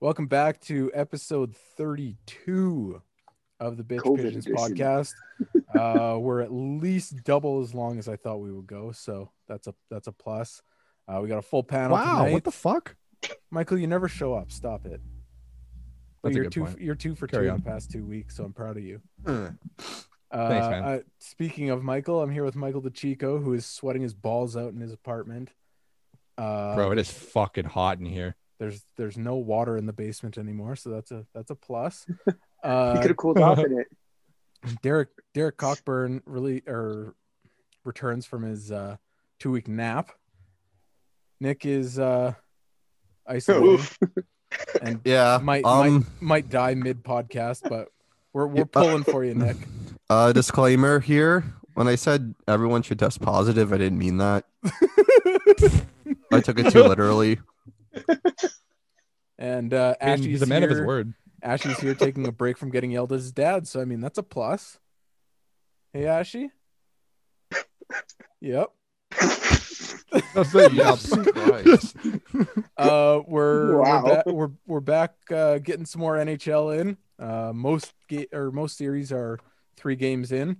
Welcome back to episode 32 of the Bitch COVID Pigeons edition. podcast. uh, we're at least double as long as I thought we would go, so that's a that's a plus. Uh, we got a full panel Wow, tonight. what the fuck? Michael, you never show up. Stop it. That's a you're good two. point. You're two for Carry two on. in the past two weeks, so I'm proud of you. Uh, Thanks, man. uh, speaking of Michael, I'm here with Michael DeChico, who is sweating his balls out in his apartment. Uh, Bro, it is fucking hot in here. there's there's no water in the basement anymore, so that's a that's a plus. He Uh, could have cooled off in it. Derek Derek Cockburn really or returns from his uh, two week nap. Nick is uh, isolated Oof. and Yeah. might um. might might die mid podcast, but we're we're Yeah. pulling for you, Nick. Uh. Disclaimer here. When I said everyone should test positive, I didn't mean that. I took it too literally. And uh, I mean, Ashy's he's a man here. of his word. Ashy's here taking a break from getting yelled at his dad, so I mean that's a plus. Hey Ashy. Yep. Uh, we're we're, Wow. ba- we're we're back uh, getting some more NHL in. Uh, most ga- or most series are three games in,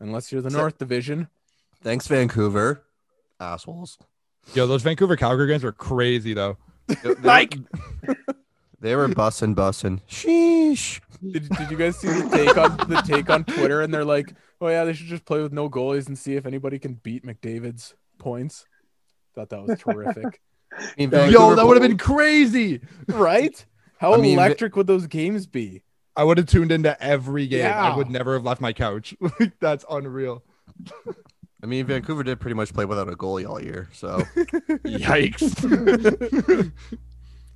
unless you're the So- North Division. Thanks, Vancouver. Assholes. Yo, those Vancouver Calgary games were crazy though. Like. They were bussin' bussin'. Sheesh. Did, did you guys see the take on the take on Twitter? And they're like, "Oh yeah, they should just play with no goalies and see if anybody can beat McDavid's points." Thought that was terrific, I mean, Yo, Vancouver that would have been blew- crazy. right? How I mean, Va- electric would those games be? I would have tuned into every game. Yeah. I would never have left my couch. Like, That's unreal. I mean, Vancouver did pretty much play without a goalie all year. So Yikes.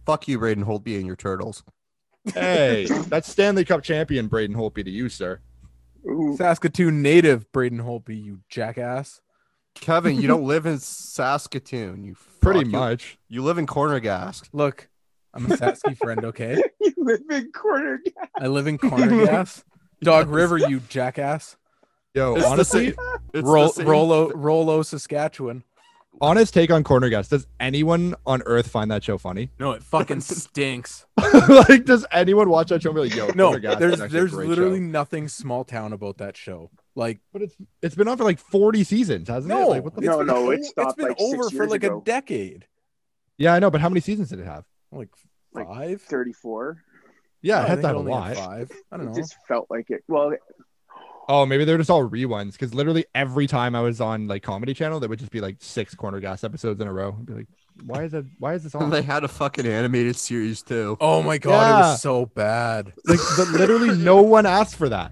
fuck you, Braden Holtby and your turtles. hey, that's Stanley Cup champion Braden Holtby to you, sir. Ooh. Saskatoon native Braden Holtby, you jackass. Kevin, you don't live in Saskatoon. You Pretty fuck. You- much. You, live in Cornergask. Look, I'm a Sasky friend, okay? You live in corner. I live in Cornergas. Dog River, you jackass. Yo, It's the honestly, same- it's the Roll, same- Rolo, Rolo, Saskatchewan. honest take on corner guys. Does anyone on earth find that show funny? No, it fucking stinks. like, does anyone watch that show and be like, yo, No, Corner Gas is there's actually a there's great literally show? nothing small town about that show. Like But it's it's been on for like 40 seasons, hasn't no, it? Like, what the it's No, been no, o- it it's stopped been like six over for years like ago. a decade. Yeah, I know, but how many seasons did it have? Like Like, five. 34. Yeah, No, it I had think to have a only had lot. Five. I It don't know. just felt like it. Well, Oh, maybe they're just all rewinds because literally every time I was on like Comedy Channel, there would just be like six Corner Gas episodes in a row. I'd be like, why is that? Why is this on? They like, had a fucking animated series too. Oh my god, it Yeah. was so bad. but literally no one asked for that.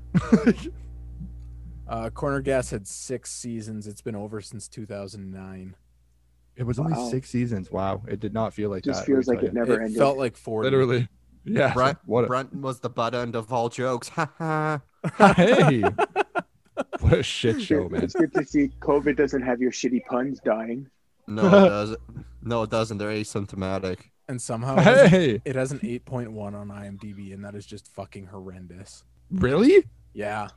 Uh, Corner Gas had six seasons. It's been over since 2009. It was only Wow. six seasons. Wow, it did not feel like just that. let me feels like tell it you. never it ended. felt like 40. Literally, yeah. it's Right. like, what? A, Brunton was the butt end of all jokes. Ha ha. hey, what a shit show, man. It's good to see COVID doesn't have your shitty puns dying. No, it doesn't. No, it doesn't. They're asymptomatic. And somehow it has- Hey, it has an 8.1 on IMDb, and that is just fucking horrendous. really? Yeah,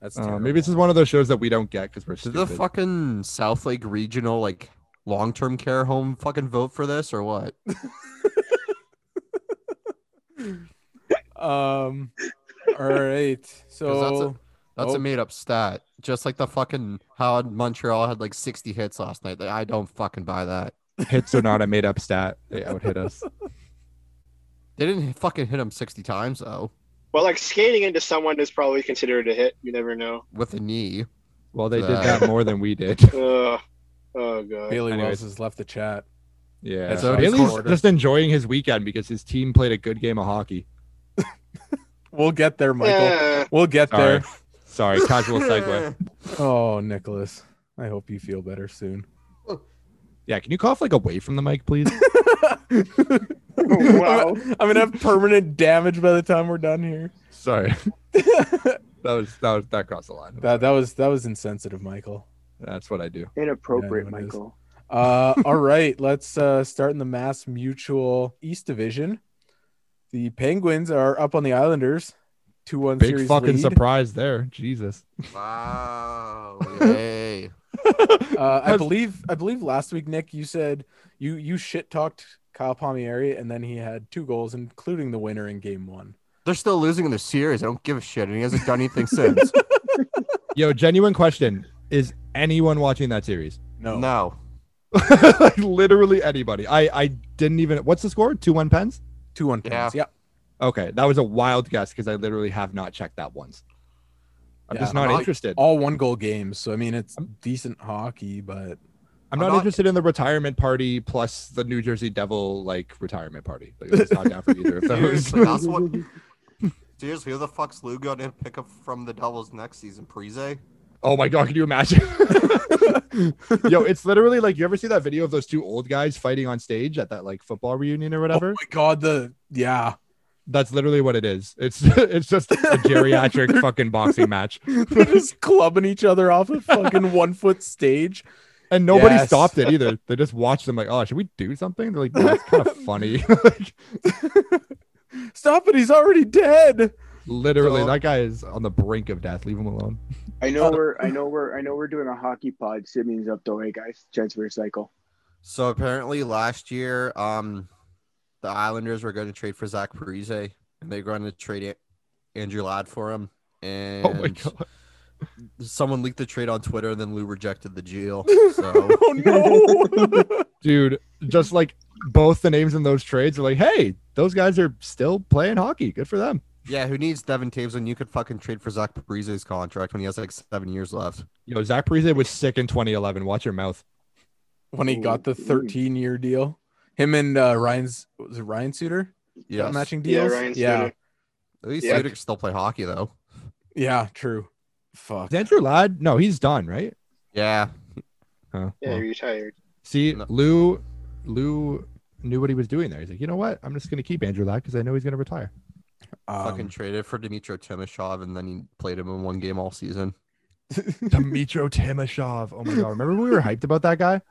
that's Uh, terrible. maybe this is one of those shows that we don't get because we're Did stupid. the fucking South Lake Regional like long-term care home fucking vote for this or what? Um, all right. So That's Oh. a made-up stat. Just like the fucking how Montreal had like 60 hits last night. I don't fucking buy that. hits are not a made-up stat. They outhit us. They didn't fucking hit him 60 times though Well, like skating into someone is probably considered a hit. You never know. with a knee. Well, they did Uh, that more than we did. Ugh. Oh god. Bailey Wells anyways. has left the chat. Yeah, It's so already Bailey's quarter. just enjoying his weekend because his team played a good game of hockey. We'll get there, Michael. Eh, We'll get Sorry, there. sorry, casual segue. Oh, Nicholas. I hope you feel better soon. Yeah, can you cough like away from the mic, please? wow. I'm gonna have permanent damage by the time we're done here. sorry, that was that was that crossed the line. That that was that was insensitive, Michael. That's what I do. Inappropriate, Yeah, it is. Michael. Uh, all right, let's uh, start in the Mass Mutual East Division. The Penguins are up on the Islanders, two one Big series fucking lead. surprise there, Jesus. Wow. Yay. Uh, I That's- Uh, believe I believe last week, Nick, you said you you shit talked Kyle Palmieri, and then he had two goals, including the winner in game one. They're still losing in the series. I don't give a shit. And he hasn't done anything since. Yo, genuine question: Is anyone watching that series? No, No. like literally anybody. I I didn't even. What's the score? Two one pens. two one Yeah. pens. Yeah. Okay, that was a wild guess because I literally have not checked that once. I'm Yeah, just not I'm not- interested. all one goal games. So I mean, it's decent hockey, but I'm I'm not, not- interested in the retirement party plus the New Jersey Devil like retirement party. Like, I'm just not down for either of those. Seriously, that's what. Seriously, who the fuck's Lou going to pick up from the Devils next season? Prize? oh my god, can you imagine? Yo, it's literally like you ever see that video of those two old guys fighting on stage at that like football reunion or oh whatever? my god, the yeah, That's literally what it is. It's it's just a geriatric fucking boxing match, they're just clubbing each other off a fucking one foot stage. and nobody Yes. stopped it either. They just watched them like, oh, should we do something? They're like, "No, that's kind of funny. like, Stop it! He's already dead. literally, So- that guy is on the brink of death. Leave him alone. I know we're I know we're I know we're doing a hockey pod. Simeon's up the way, guys. Transfer cycle. So apparently last year, um, the Islanders were going to trade for Zach Parise, and they were going to trade A- Andrew Ladd for him. And Oh my god. someone leaked the trade on Twitter, and then Lou rejected the deal. So Oh no! dude just like both the names in those trades are like hey those guys are still playing hockey good for them yeah, who needs Devin Taves when you could fucking trade for Zach Parise's contract when he has like seven years left? yo zach Parise was sick in 2011 watch your mouth when he got the Ooh. 13 year deal, him and uh, Ryan's was it Ryan Suter Yes. matching Yeah, deals. Ryan yeah, Suter. At least Yeah. Suter can still play hockey though. yeah, true. Fuck. is andrew ladd no he's done right Yeah. Huh, Yeah, well. you're tired. see No. lou lou knew what he was doing there he's like you know what i'm just gonna keep andrew ladd because i know he's gonna retire fucking Um, traded for Dmitro Timoshov, and then he played him in one game all season. Dmitro timoshov oh my god remember when we were hyped about that guy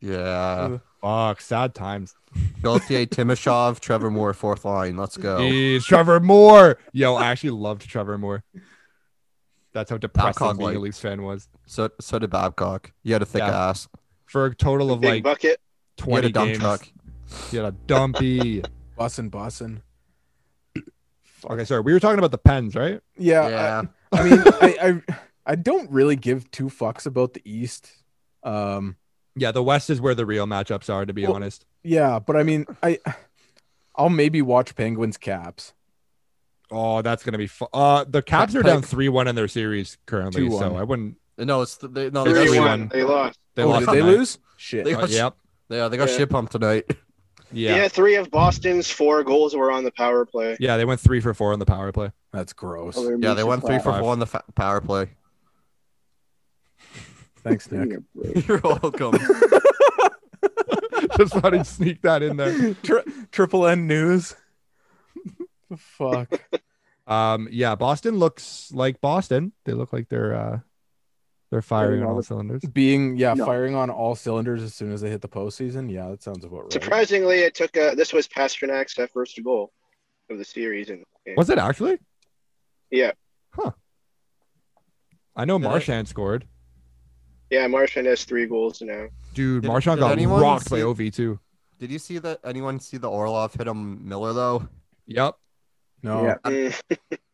Yeah. fuck sad times Gaultier, Timoshov, Trevor Moore, fourth line. Let's go. Jeez, trevor moore yo i actually loved trevor moore that's how depressing Babcock being a liked. leafs fan was So so did Babcock. He had a thick Yeah. ass. for a total of Big like bucket. 20 He had a dump games. truck. He had a dumpy. Bussin, bussin. okay, sorry. We were talking about the Pens, right? Yeah, I- yeah. I mean, I, I I don't really give two fucks about the East. Um, Yeah, the West is where the real matchups are, to be Well- honest. yeah, but I mean, I I'll maybe watch Penguins Caps. Oh, that's gonna be fu- uh the Caps are Pike- down three one in their series currently, 2-1. so I wouldn't. no, it's th- they, no, they got, Three Everyone- one. They lost. They oh, lost. did they tonight. lose? Shit. They- Uh, yep. yeah, they got Yeah. shit pumped tonight. Yeah. Yeah. yeah. three of Boston's four goals were on the power play. they went three for four on the power play. That's gross. Oh, they're Yeah, they Misha went three for Five. four on the fa- power play. Thanks, Platt. Give me Nick. a break. You're welcome. Just thought I'd sneak that in there. Tri- triple N news. Fuck. Um, yeah, Boston looks like Boston. They look like they're uh they're Firing firing on all all the- cylinders. Being yeah, No. firing on all cylinders as soon as they hit the postseason. Yeah, that sounds about right. Surprisingly, it took a, this was Pasternak's uh, first goal of the series, and and- Was it actually? Yeah. Huh. I know Did I- Marchand scored. yeah, Martian has three goals now. Dude, Did- Marchand did got anyone rocked by see- OV too. Did you see that? Anyone see the Orlov hit him Miller though? Yep. No. Yeah. Uh, Mm,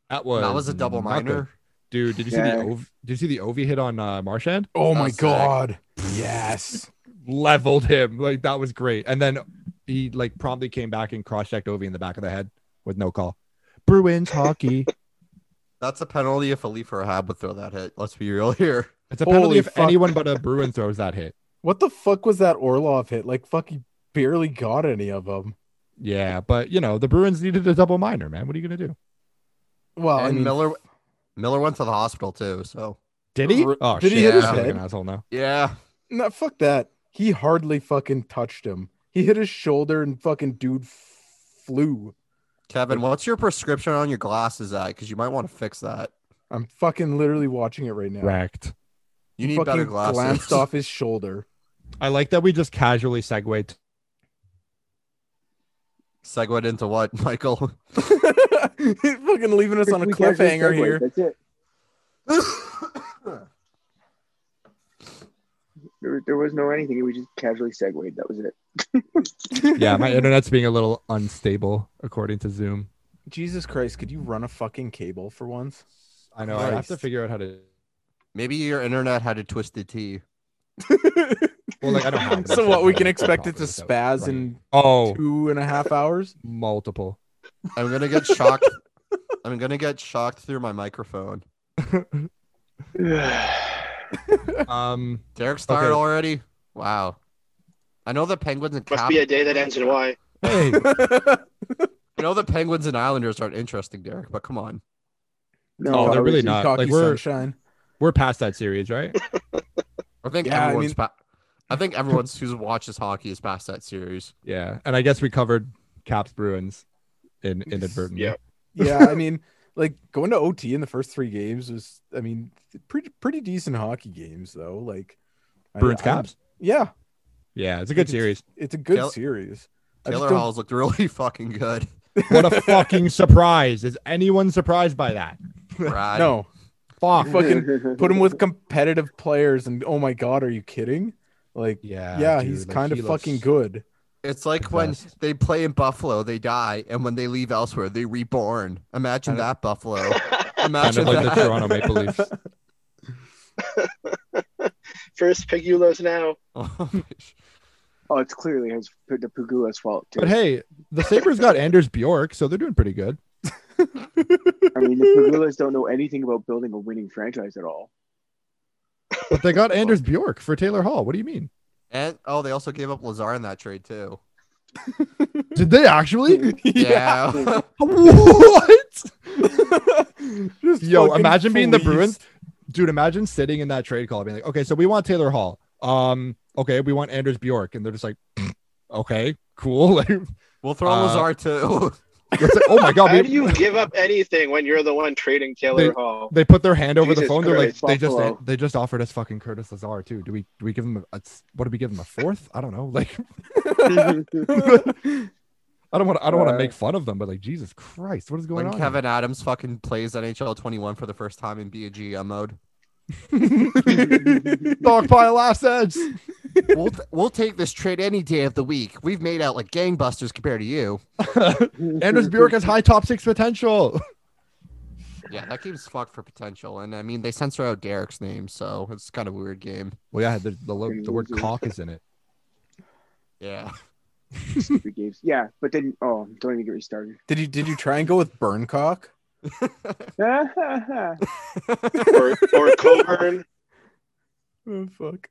That was that was a double not good. minor. dude. Did you see Yeah. the OV, did you see the OV hit on uh, Marchand? Oh my That's sick. god. Yes. Leveled him like that was great, and then he like promptly came back and cross checked OV in the back of the head with no call. Bruins hockey. That's a penalty if a Leaf or a Hab would throw that hit. Let's be real here. It's a Holy penalty if fuck. anyone but a Bruin throws that hit. What the fuck was that Orlov hit? Like, fuck, he barely got any of them. Yeah, but you know the Bruins needed a double minor, man. What are you gonna do? Well, and Oh, I mean, Miller, Miller went to the hospital too. So Did he? Ru- Oh did shit! he hit his I'm head? an asshole now. yeah, No, fuck that. He hardly fucking touched him. He hit his shoulder and fucking dude f- flew. Kevin, what's your prescription on your glasses at? Because you might want to fix that. I'm fucking literally watching it right now. Wrecked. You need fucking better glasses. glanced off his shoulder. I like that we just casually segued. Segued into what, Michael? He's fucking leaving us on a We can't do cliffhanger segues, here. That's it. There, there was no anything. We just casually segued. That was it. Yeah, my internet's being a little unstable according to Zoom. Jesus Christ, could you run a fucking cable for once? I know. I have to Christ. figure out how to. Maybe your internet had a twisted T. Well, like I don't. have so internet, what we but can I expect it to probably without spaz running. in Oh, two and a half hours? multiple. I'm gonna get shocked. I'm gonna get shocked through my microphone. Um, Derek started Okay. already. Wow. I know the Penguins and Must Cap- be a day that ends in Y. hey, I know the Penguins and Islanders aren't interesting, Derek. But come on. no, Oh, I they're was- really not. Cocky Like, we're- sunshine. we're past that series, right? I think Yeah, I everyone's. I, mean- I think everyone's who's watches hockey is past that series. Yeah, and I guess we covered Caps Bruins in inadvertently. Yeah. yeah, I mean, like going to OT in the first three games was, I mean, pretty pretty decent hockey games though. Like I- Bruins I- Caps. yeah, Yeah, it's a good It's- series. it's a good Taylor- series. I just Taylor don't- Hall's looked really fucking good. What a fucking surprise! Is anyone surprised by that? Brad. no, Fuck. fucking put him with competitive players, and oh my god, are you kidding? Like, Yeah. yeah, he's dude, like, kind he of looks- fucking good. It's like The when best. they play in Buffalo, they die, and when they leave elsewhere, they reborn. Imagine Kind of- that Buffalo. Kind Imagine of like the that. Toronto Maple Leafs. First Pigulos now. Oh, gosh. Oh, it's clearly his the Pugula's fault. Too. But hey, the Sabres got Anders Bjork, so they're doing pretty good. I mean, the Pugulas don't know anything about building a winning franchise at all. But they got Anders Bjork for Taylor Hall. What do you mean? and oh, they also gave up Lazar in that trade too. Did they actually? Yeah. what? Just Yo, fucking imagine being the Bruins. fleeced. Dude, imagine sitting in that trade call being like, okay, so we want Taylor Hall. Um, okay, we want Anders Bjork. And they're just like, okay, cool. Like, it's we'll throw Uh, Lazar too. like, oh my God. How we- do you give up anything when you're the one trading Taylor They- Hall? they put their hand over the Jesus phone. They're like, Christ, they just Buffalo. they just offered us fucking Curtis Lazar too. Do we do we give him a, a what do we give him a fourth? I don't know. Like I don't want I don't want to Uh, make fun of them, but like Jesus Christ, what is going when on? Kevin Adams fucking plays NHL 21 for the first time in be a GM mode, Stockpile assets. we'll t- we'll take this trade any day of the week. We've made out like gangbusters compared to you. Anders Bjork has high top six potential. Yeah, that game's fucked for potential, and I mean they censor out Derek's name, so it's kind of a weird game. Well, yeah, the the, lo- the word cock is in it. Yeah. Stupid games. Yeah, but then oh, don't even get me started. Did you did you try and go with Burncock? or, or Coburn? Oh fuck.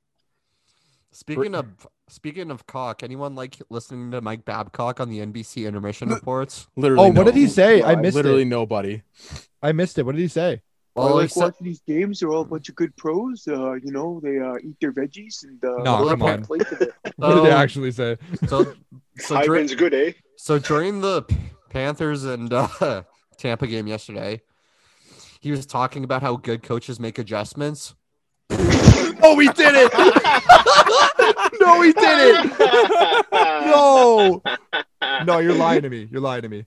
Speaking of speaking of cock, anyone like listening to Mike Babcock on the NBC intermission reports? Literally. Oh, what did he no- say? I God, missed Literally it. nobody. I missed it. What did he I say? Well, he like said, watching these games. They're all a bunch of good pros. Uh, you know, they uh, eat their veggies and uh, No, they come on. play to the- What did they Oh. actually say? so so, during, Hyben's good, eh? so during the Panthers and uh, Tampa game yesterday, he was talking about how good coaches make adjustments. Oh, he did it. no, he did it. No, no, you're lying to me. You're lying to me.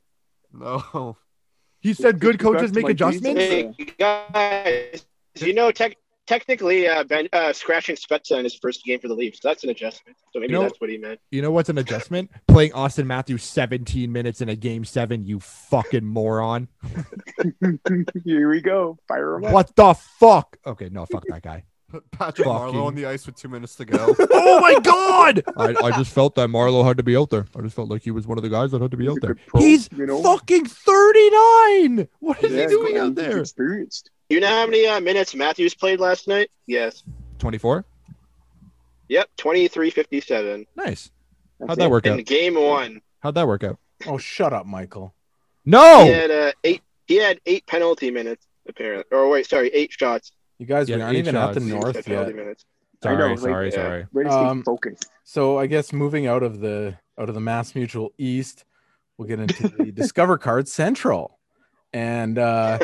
No, He said good Go back coaches to make my adjustments. Jesus. Hey, guys, you know, tech technically, uh, ben, uh, scratching Spezza in his first game for the Leafs, that's an adjustment. So maybe You know- that's what he meant. You know what's an adjustment? Playing Austin Matthews 17 minutes in a game seven, you fucking moron. Here we go. Fire 'em up. What the fuck? Okay, no, fuck that guy. Patrick Marlowe on Fucking- the ice with two minutes to go. oh my god! I, I just felt that Marlowe had to be out there. I just felt like he was one of the guys that had to be He's out a there. good pro, He's you know? fucking 39! What is Yeah, he doing he's out there? Experienced. You know how many uh, minutes Matthews played last night? Yes. 24? Yep, 23.57 Nice. That's How'd it. that work out? in game one. How'd that work out? Oh, shut up, Michael. He No! had uh, eight. He had eight penalty minutes apparently. Or wait, sorry, eight shots. You guys, Yeah, we aren't eight even at the shots. He north said penalty yet. minutes. I know, Sorry, like- sorry, Yeah. sorry. Way to stay Um, focused. So I guess moving out of the out of the Mass Mutual East, we'll get into the Discover Card Central, and uh,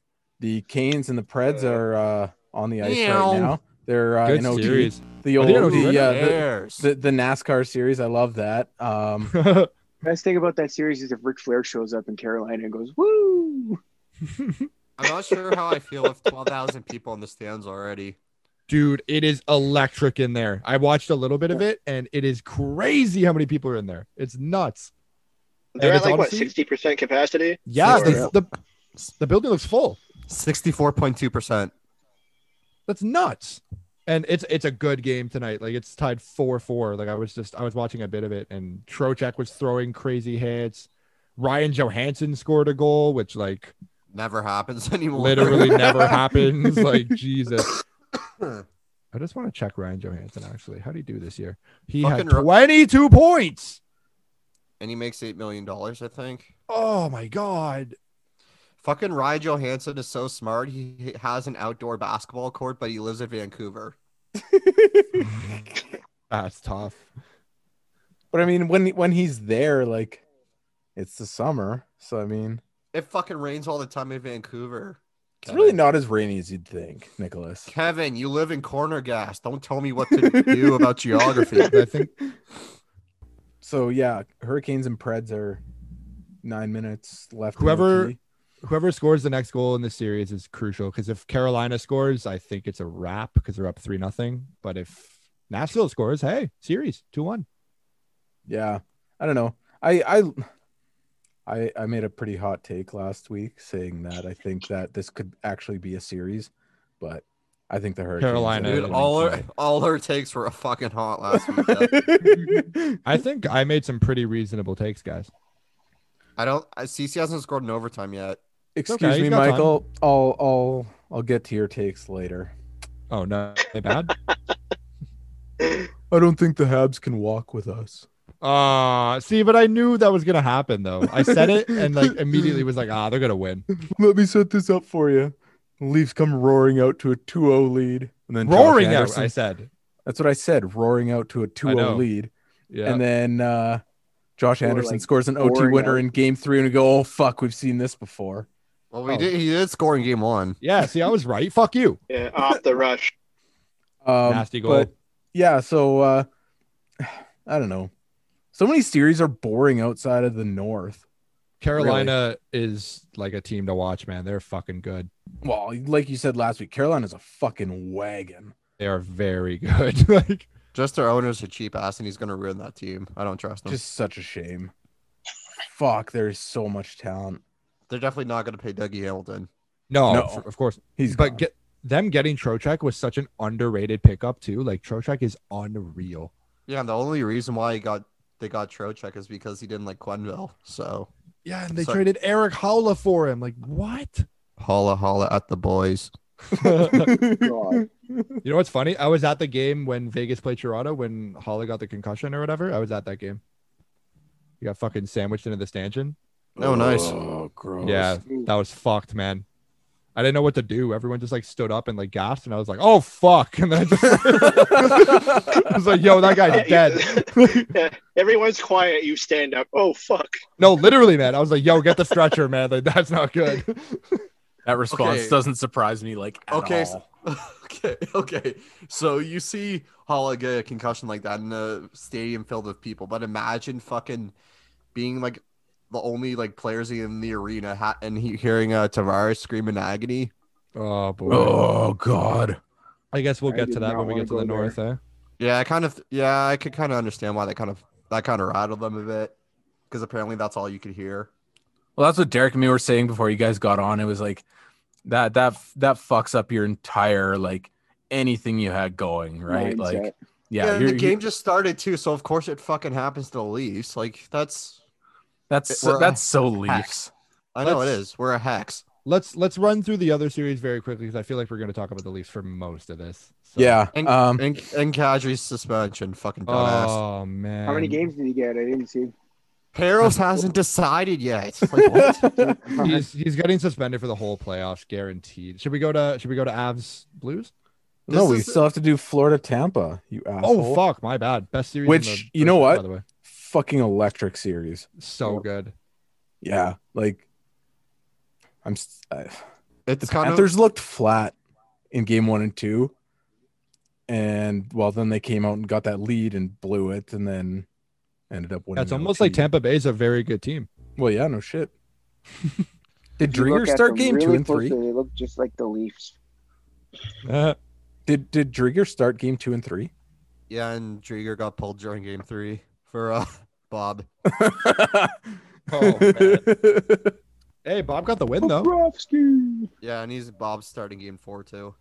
the Canes and the Preds are uh, on the ice Meow. right now. They're uh, Good in OT. series. The I old think I know the, who uh, the, Cares? the the NASCAR series. I love that. Um, Best thing about that series is if Ric Flair shows up in Carolina and goes, "Woo!" I'm not sure how I feel with 12,000 people in the stands already. Dude, it is electric in there. I watched a little bit of it and it is crazy how many people are in there. It's nuts. And They're at it's like what honestly- sixty percent capacity. Yeah, Sure. the, the the building looks full. Sixty-four point two percent. That's nuts. And it's it's a good game tonight. Like it's tied four four. Like I was just I was watching a bit of it, and Trocheck was throwing crazy hits. Ryan Johansson scored a goal, which like Never happens anymore. literally never happens. Like Jesus. I just want to check Ryan Johansson actually. How would he do this year? He had Fucking ro- 22 points. and he makes eight million dollars, I think. Oh my god. Fucking Ryan Johansson is so smart. He he has an outdoor basketball court, but he lives in Vancouver. That's tough. But I mean, when when he's there, like it's the summer, so I mean, It fucking rains all the time in Vancouver. it's really not as rainy as you'd think, Nicholas. Kevin, you live in Corner Gas. Don't tell me what to do about geography. I think So yeah, Hurricanes and Preds are nine minutes left. in the Whoever- key. whoever scores the next goal in this series is crucial because if Carolina scores, I think it's a wrap because they're up three nothing. But if Nashville scores, hey, series two one. yeah, I don't know. I I I I made a pretty hot take last week saying that I think that this could actually be a series, but I think the Hurricanes. Carolina. are Dude, winning all our, tonight. all our takes were fucking hot last week. though. I think I made some pretty reasonable takes, guys. I don't. I, CC hasn't scored in overtime yet. Excuse okay, me, you've got time. Michael. I'll I'll I'll get to your takes later. Oh no, they bad. I don't think the Habs can walk with us. Ah, see, but I knew that was gonna happen though. I said it and like immediately was like, ah, they're gonna win. Let me set this up for you. The Leafs come roaring out to a 2-0 lead, and then Josh Roaring out, Anderson- I said. That's what I said. Roaring out to a 2-0 know. lead, Yeah. and then uh, Josh Or, Anderson like, scores an OT roaring winner out. in Game Three, and we go, "Oh fuck, we've seen this before." Well, we Oh. did. He did score in game one. yeah, see, I was right. Fuck you. Yeah, off the rush. Um, Nasty goal. But yeah, so uh, I don't know. So many series are boring outside of the North. Carolina is like a team to watch, man. They're fucking good. Well, like you said last week, Carolina's a fucking wagon. They are very good. like Just their owner's a cheap ass, and he's gonna ruin that team. I don't trust him. Just such a shame. Fuck, there's so much talent. They're definitely not gonna pay Dougie Hamilton. No, No. f- of course. He's but gone. get them getting Trocheck was such an underrated pickup too. Like Trocheck is unreal. Yeah, and the only reason why he got they got Trocheck is because he didn't like Quenville. So Yeah, and they traded Eric Howla for him. Like what? holla holla at the boys. you God. know what's funny? I was at the game when Vegas played Toronto when Holla got the concussion or whatever. I was at that game. You got fucking sandwiched into the stanchion. Oh, nice. Oh, gross. Yeah, Ooh. that was fucked, man. I didn't know what to do. Everyone just like stood up and like gasped, and I was like, "Oh fuck!" And then I, just, I was like, "Yo, that guy's dead." Yeah, Everyone's quiet. You stand up. Oh fuck! No, literally, man. I was like, yo, get the stretcher, man. Like, that's not good. That response Okay. doesn't surprise me. Like, Okay, so- okay, okay. So you see Holla get a concussion like that in a stadium filled with people, but imagine fucking being like the only like players in the arena ha- and he- hearing uh, Tavares scream in agony. Oh boy. oh god. I guess we'll I get did to that not when we wanna get to the go north, eh? Yeah, I kind of yeah, I could kind of understand why that kind of that kind of rattled them a bit because apparently that's all you could hear. Well, that's what Derek and me were saying before you guys got on. It was like that that that fucks up your entire like anything you had going, right? Mindset. Like, yeah, and you're, the game just started too, so of course it fucking happens to the Leafs. Like that's that's we're that's so Leafs. hacks. I know it Let's- is. We're a hex. Let's let's run through the other series very quickly because I feel like we're gonna talk about the Leafs for most of this. So- Yeah. And- um, And and Kadri's suspension, fucking dumbass. Oh man. How many games did he get? I didn't see. Peros hasn't decided yet. Like, what? He's he's getting suspended for the whole playoffs, guaranteed. Should we go to should we go to Avs Blues? no, this we is- still have to do Florida Tampa. You asshole. Oh fuck, my bad. Best series. in Which, the you know first- what? By the way, Fucking electric series. so Yep. good. Yeah, like I'm. s- I, the it's kind of Panthers looked flat in game one and two, and well, then they came out and got that lead and blew it, and then ended up winning. That's in almost OT. like Tampa Bay's a very good team. Well, yeah, no shit. Did If you Dreger look at start them game really two and closely, three? They look just like the Leafs. Uh, Did did Drieger start game two and three? Yeah, and Drieger got pulled during game three for uh, Bob. Oh, man. hey, Bob got the win though. Bobrovsky. Yeah, and he's Bob's starting game four too.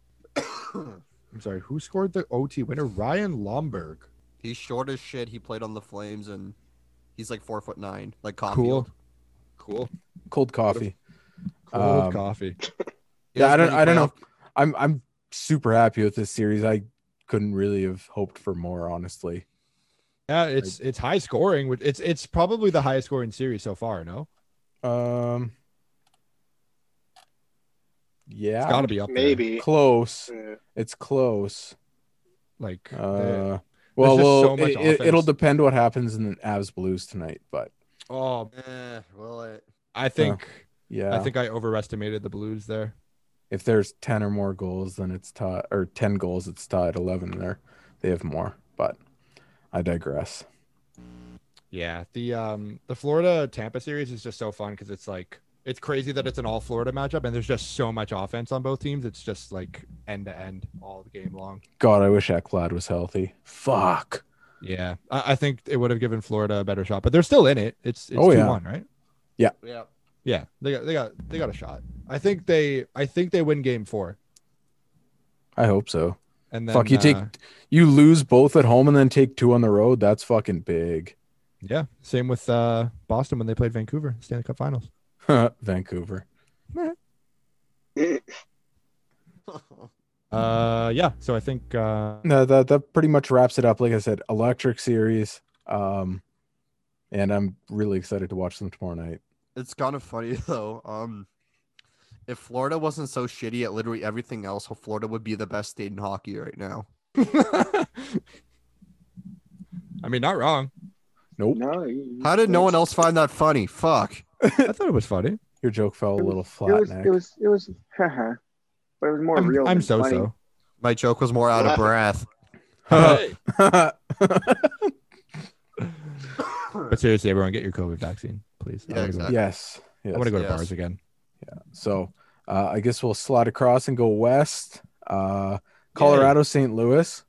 I'm sorry, who scored the OT winner? Ryan Lomberg. he's short as shit. He played on the Flames, and he's like four foot nine, like Caulfield. Cool. Cool. Cold coffee. Cold Um, coffee. He Yeah, has I don't- many I don't know. playoff- I'm I'm super happy with this series. I couldn't really have hoped for more, honestly. Yeah, it's it's high scoring. which- It's it's probably the highest scoring series so far. No, Um, it's yeah, got to be up there. Maybe. close. Yeah. It's close. like Uh, the- well, just well, so much it, will offense. depend what happens in the Avs Blues tonight, but oh, Eh, well, it, I think yeah, I think I overestimated the Blues there. if there's ten or more goals, then it's tied, or ten goals, it's tied. Eleven there, they have more, but I digress. Yeah, the um the Florida Tampa series is just so fun because it's like it's crazy that it's an all Florida matchup and there's just so much offense on both teams. It's just like end to end all the game long. God, I wish Ekblad was healthy. Fuck. Yeah, I, I think it would have given Florida a better shot, but they're still in it. It's it's Oh, two yeah. one, right? yeah. Yeah, they got they got they got a shot. I think they I think they win game four. I hope so. And then Fuck, you take- uh, you lose both at home and then take two on the road. That's fucking big. yeah. Same with uh, Boston when they played Vancouver Stanley Cup Finals. Vancouver. Uh, yeah. So I think uh, No, that that pretty much wraps it up. Like I said, electric series. Um, and I'm really excited to watch them tomorrow night. It's kind of funny though. Um, if Florida wasn't so shitty at literally everything else, Florida would be the best state in hockey right now. I mean not wrong. Nope, No. he- How did no one it else find that funny? Fuck. I thought it was funny. your joke fell a was- little was- flat. It Nick. was. It was. Haha. But it was more I'm, real. I'm than so funny. so. My joke was more out of breath. Uh, But seriously, everyone get your COVID vaccine, please. Yeah, I want to exactly. yes, yes. go, I wanna go to Yes. bars again. So uh, I guess we'll slide across and go west. Uh, Colorado, St. Louis.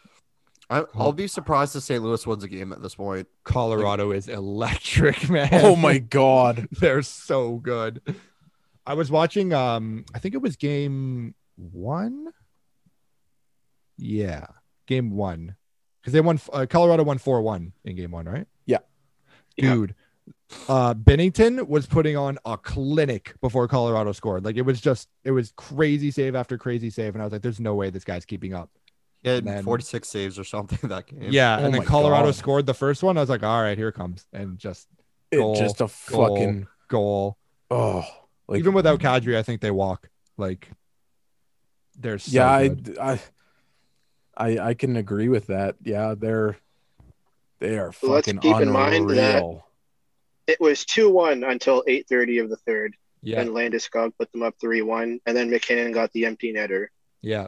I, I'll be surprised if St. Louis wins a game at this point. Colorado is electric, man. Oh my god. They're so good. I was watching um I think it was game 1. Yeah, game 1. Cuz they won uh, Colorado won 4-1 in game 1, right? Yeah. Yeah. Dude. Uh Bennington was putting on a clinic before Colorado scored. Like it was just it was crazy save after crazy save and I was like there's no way this guy's keeping up. He had Man. 46 saves or something that game. Yeah, Oh and then my Colorado God. scored the first one. I was like all right, here it comes and just It Goal, just a goal. fucking goal. oh like even without Kadri, I think they walk. Like they're so yeah I, good. I i i can agree with that yeah they're they are fucking Let's keep in unreal. mind that- It was 2 1 until 8.30 of the third. yeah, And Landeskog put them up 3 1. And then McKinnon got the empty netter. yeah.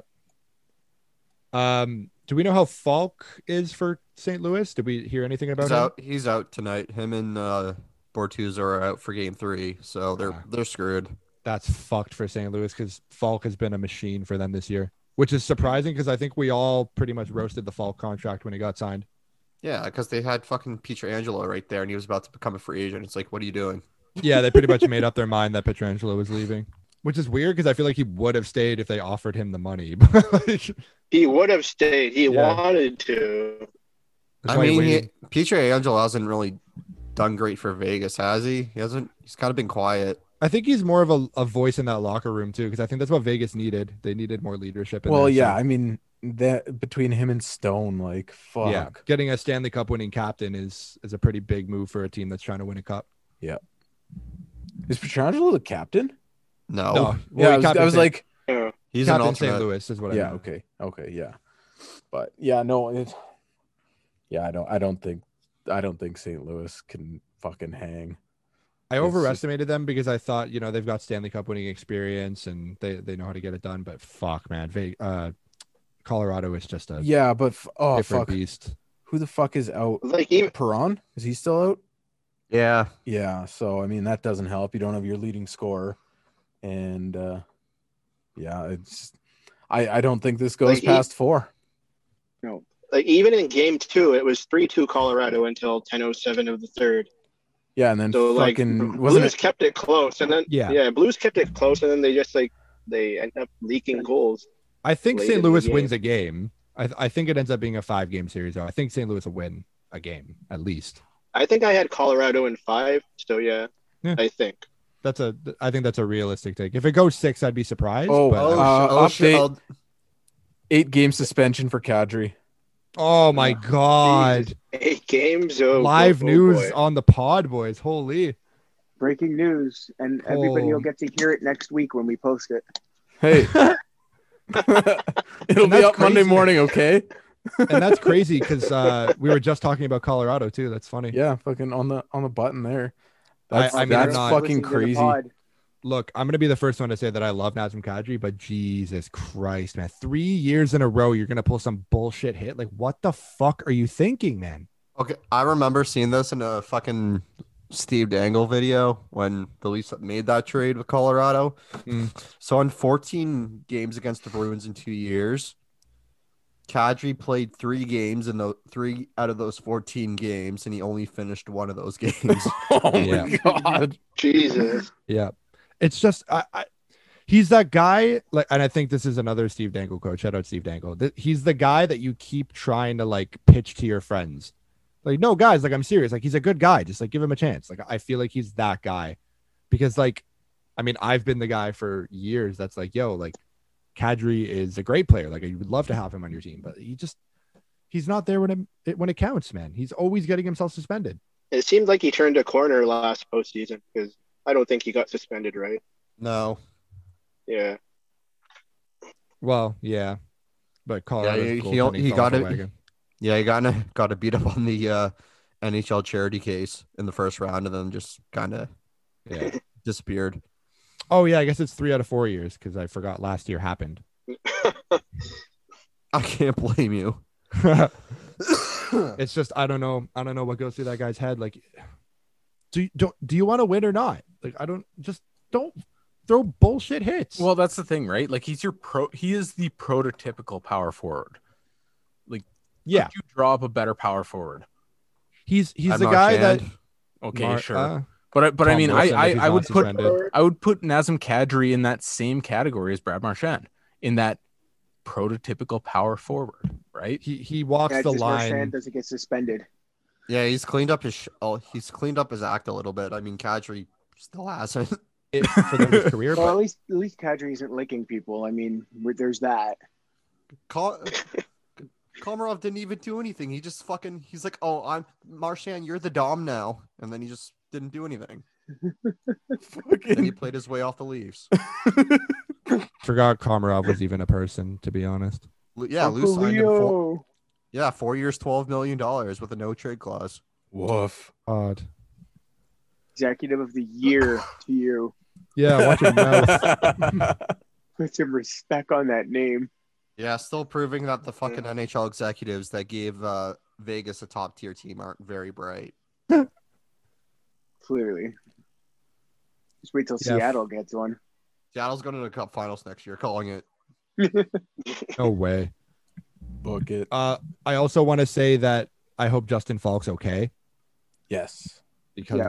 Um, do we know how Falk is for St. Louis? Did we hear anything about He's him? out. He's out tonight. Him and uh, Bortuzzo are out for game three, so they're Ah. they're screwed. That's fucked for St. Louis because Falk has been a machine for them this year, which is surprising because I think we all pretty much roasted the Falk contract when he got signed. Yeah, because they had fucking Pietrangelo right there, and he was about to become a free agent. It's like, what are you doing? Yeah, they pretty much made up their mind that Petrangelo was leaving, which is weird because I feel like he would have stayed if they offered him the money. But like, He would have stayed. He Yeah. wanted to. I mean, he, Pietrangelo hasn't really done great for Vegas, has he? He hasn't. He's kind of been quiet. I think he's more of a, a voice in that locker room too, because I think that's what Vegas needed. They needed more leadership. In well there, yeah so- i mean that between him and stone like fuck yeah. Getting a Stanley Cup winning captain is is a pretty big move for a team that's trying to win a cup. is petrangelo the captain No, No, Oh, yeah i was, captain I was St- like Yeah. he's an captain St. alternate. Louis is what. I yeah meant. okay okay yeah but yeah no it, yeah i don't i don't think i don't think st louis can fucking hang I It's just- overestimated them because I thought you know they've got Stanley Cup winning experience and they they know how to get it done. But fuck, man, Ve- uh, Colorado is just a yeah but f- oh fuck different beast. who the fuck is out Like, even, Perron is he still out Yeah, Yeah, so I mean that doesn't help. You don't have your leading scorer, and uh, yeah, it's. I, I don't think this goes Like, he- past four. Like even in game two, it was three two Colorado until ten oh seven of the third. Yeah, and then So like fucking wasn't Blues it? kept it close, and then Yeah. yeah, Blues kept it close, and then they just like they end up leaking goals. I think late St. in the Louis game. wins a game. I, I think it ends up being a five game series, though. I think St. Louis will win a game at least. I think I had Colorado in five, so yeah, Yeah. I think. That's a I think that's a realistic take. If it goes six, I'd be surprised. Oh, but- oh. oh, Uh, sh- sh- update. I'll- Eight game suspension for Kadri. my Oh, god! Eight games. Oh, Live oh, news boy. on the pod, boys. Holy! Breaking news, and everybody Oh. will get to hear it next week when we post it. Hey, it'll And be that's up Monday crazy. morning, okay? And that's crazy because uh, we were just talking about Colorado too. That's funny. Yeah, fucking on the on the button there. I- That's I mean, that's I'm not- fucking Listen to the crazy. pod. Look, I'm gonna be the first one to say that I love Nazem Kadri, but Jesus Christ, man! Three years in a row, you're gonna pull some bullshit hit. Like, what the fuck are you thinking, man? Okay, I remember seeing this in a fucking Steve Dangle video when the Leafs made that trade with Colorado. Mm. So on 14 games against the Bruins in two years, Kadri played three games in the three out of those 14 games, and he only finished one of those games. Oh Yeah. my god. Jesus. Yeah. It's just I, I he's that guy like and I think this is another Steve Dangle coach. Shout out Steve Dangle. Th- he's the guy that you keep trying to like pitch to your friends. Like, no, guys, like I'm serious. Like he's a good guy. Just like give him a chance. Like I feel like he's that guy. Because like I mean, I've been the guy for years that's like, yo, like Kadri is a great player. Like you would love to have him on your team, but he just he's not there when it when it counts, man. He's always getting himself suspended. It seemed like he turned a corner last postseason because I don't think he got suspended, right? no, Yeah. Well, yeah. But Colorado he- he- he got it- Wagon. yeah, he got got to beat up on the uh, NHL charity case in the first round, and then just kind of Yeah. disappeared. Oh yeah, I guess it's three out of four years because I forgot last year happened. I can't blame you. it's just I don't know. I don't know what goes through that guy's head. Like, do you, don't do you want to win or not? Like I don't just don't throw bullshit hits. Well, that's the thing, right? Like he's your pro he is the prototypical power forward. yeah, Could you draw up a better power forward. he's he's the Marchand. guy that. Okay, Mar- sure. uh, but I- but I Tom mean, Wilson, I if he's I, I not would put suspended. I would put Nazem Kadri in that same category as Brad Marchand in that prototypical power forward, right? he he walks Yeah, the just Marchand line. doesn't get suspended. Yeah, he's cleaned up his sh- oh, he's cleaned up his act a little bit. I mean, Kadri still hasn't. it for the, his career, Well, but at least at least Kadri isn't licking people. I mean, we- there's that. Kol- Komarov didn't even do anything. He just fucking he's like, "Oh, I'm Marshan, you're the dom now." And then he just didn't do anything. Then he Fucking- played his way off the Leafs. forgot Komarov was even a person. To be honest, Lu- Yeah, Uncle Lou signed him four, Leo. yeah, 4 years, 12 million dollars with a no trade clause. Woof. odd. executive of the year to you. Yeah, watch your mouth. Put some respect on that name. Yeah, still proving that the fucking NHL executives that gave uh, Vegas a top tier team aren't very bright. Clearly, just wait till Yeah. Seattle gets one. Seattle's going to the cup finals next year, calling it. No way. Book it. Uh, I also want to say that I hope Justin Falk's okay Yes. because Yeah.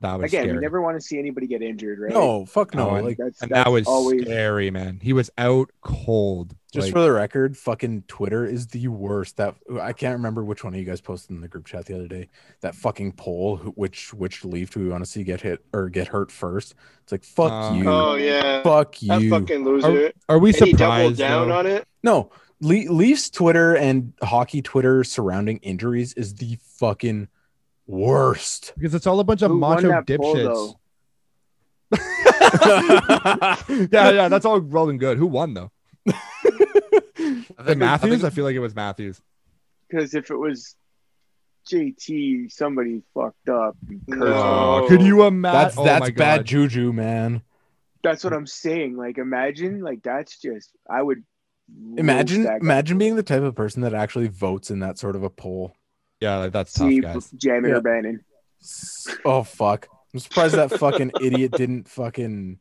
that was Again, scary. we never want to see anybody get injured, right? No, fuck no. Oh, and- like that's, And that's that was always scary, man. He was out cold. just Like, for the record, fucking Twitter is the worst. That I can't remember which one of you guys posted in the group chat the other day. That fucking poll, who- which which leaf do we want to see get hit or get hurt first? It's like fuck Uh, you, Oh yeah. fuck That you. fucking loser. are we and he doubled surprised? down though? on it. No, Le- Leafs Twitter and hockey Twitter surrounding injuries is the fucking worst. because it's all a bunch of Who won macho that poll, dipshits. though? yeah, yeah, that's all well and good. Who won though? I The think- I think- Matthews? I feel like it was Matthews. because if it was JT, somebody fucked up. No. Could you imagine? That's oh that's my bad God. juju, man. That's what I'm saying. Like, imagine, like that's just I would roast Imagine that guy. imagine being the type of person that actually votes in that sort of a poll. Yeah, like, that's tough, Steve guys. Jammer Yeah. Bannon. S- Oh fuck! I'm surprised that fucking idiot didn't fucking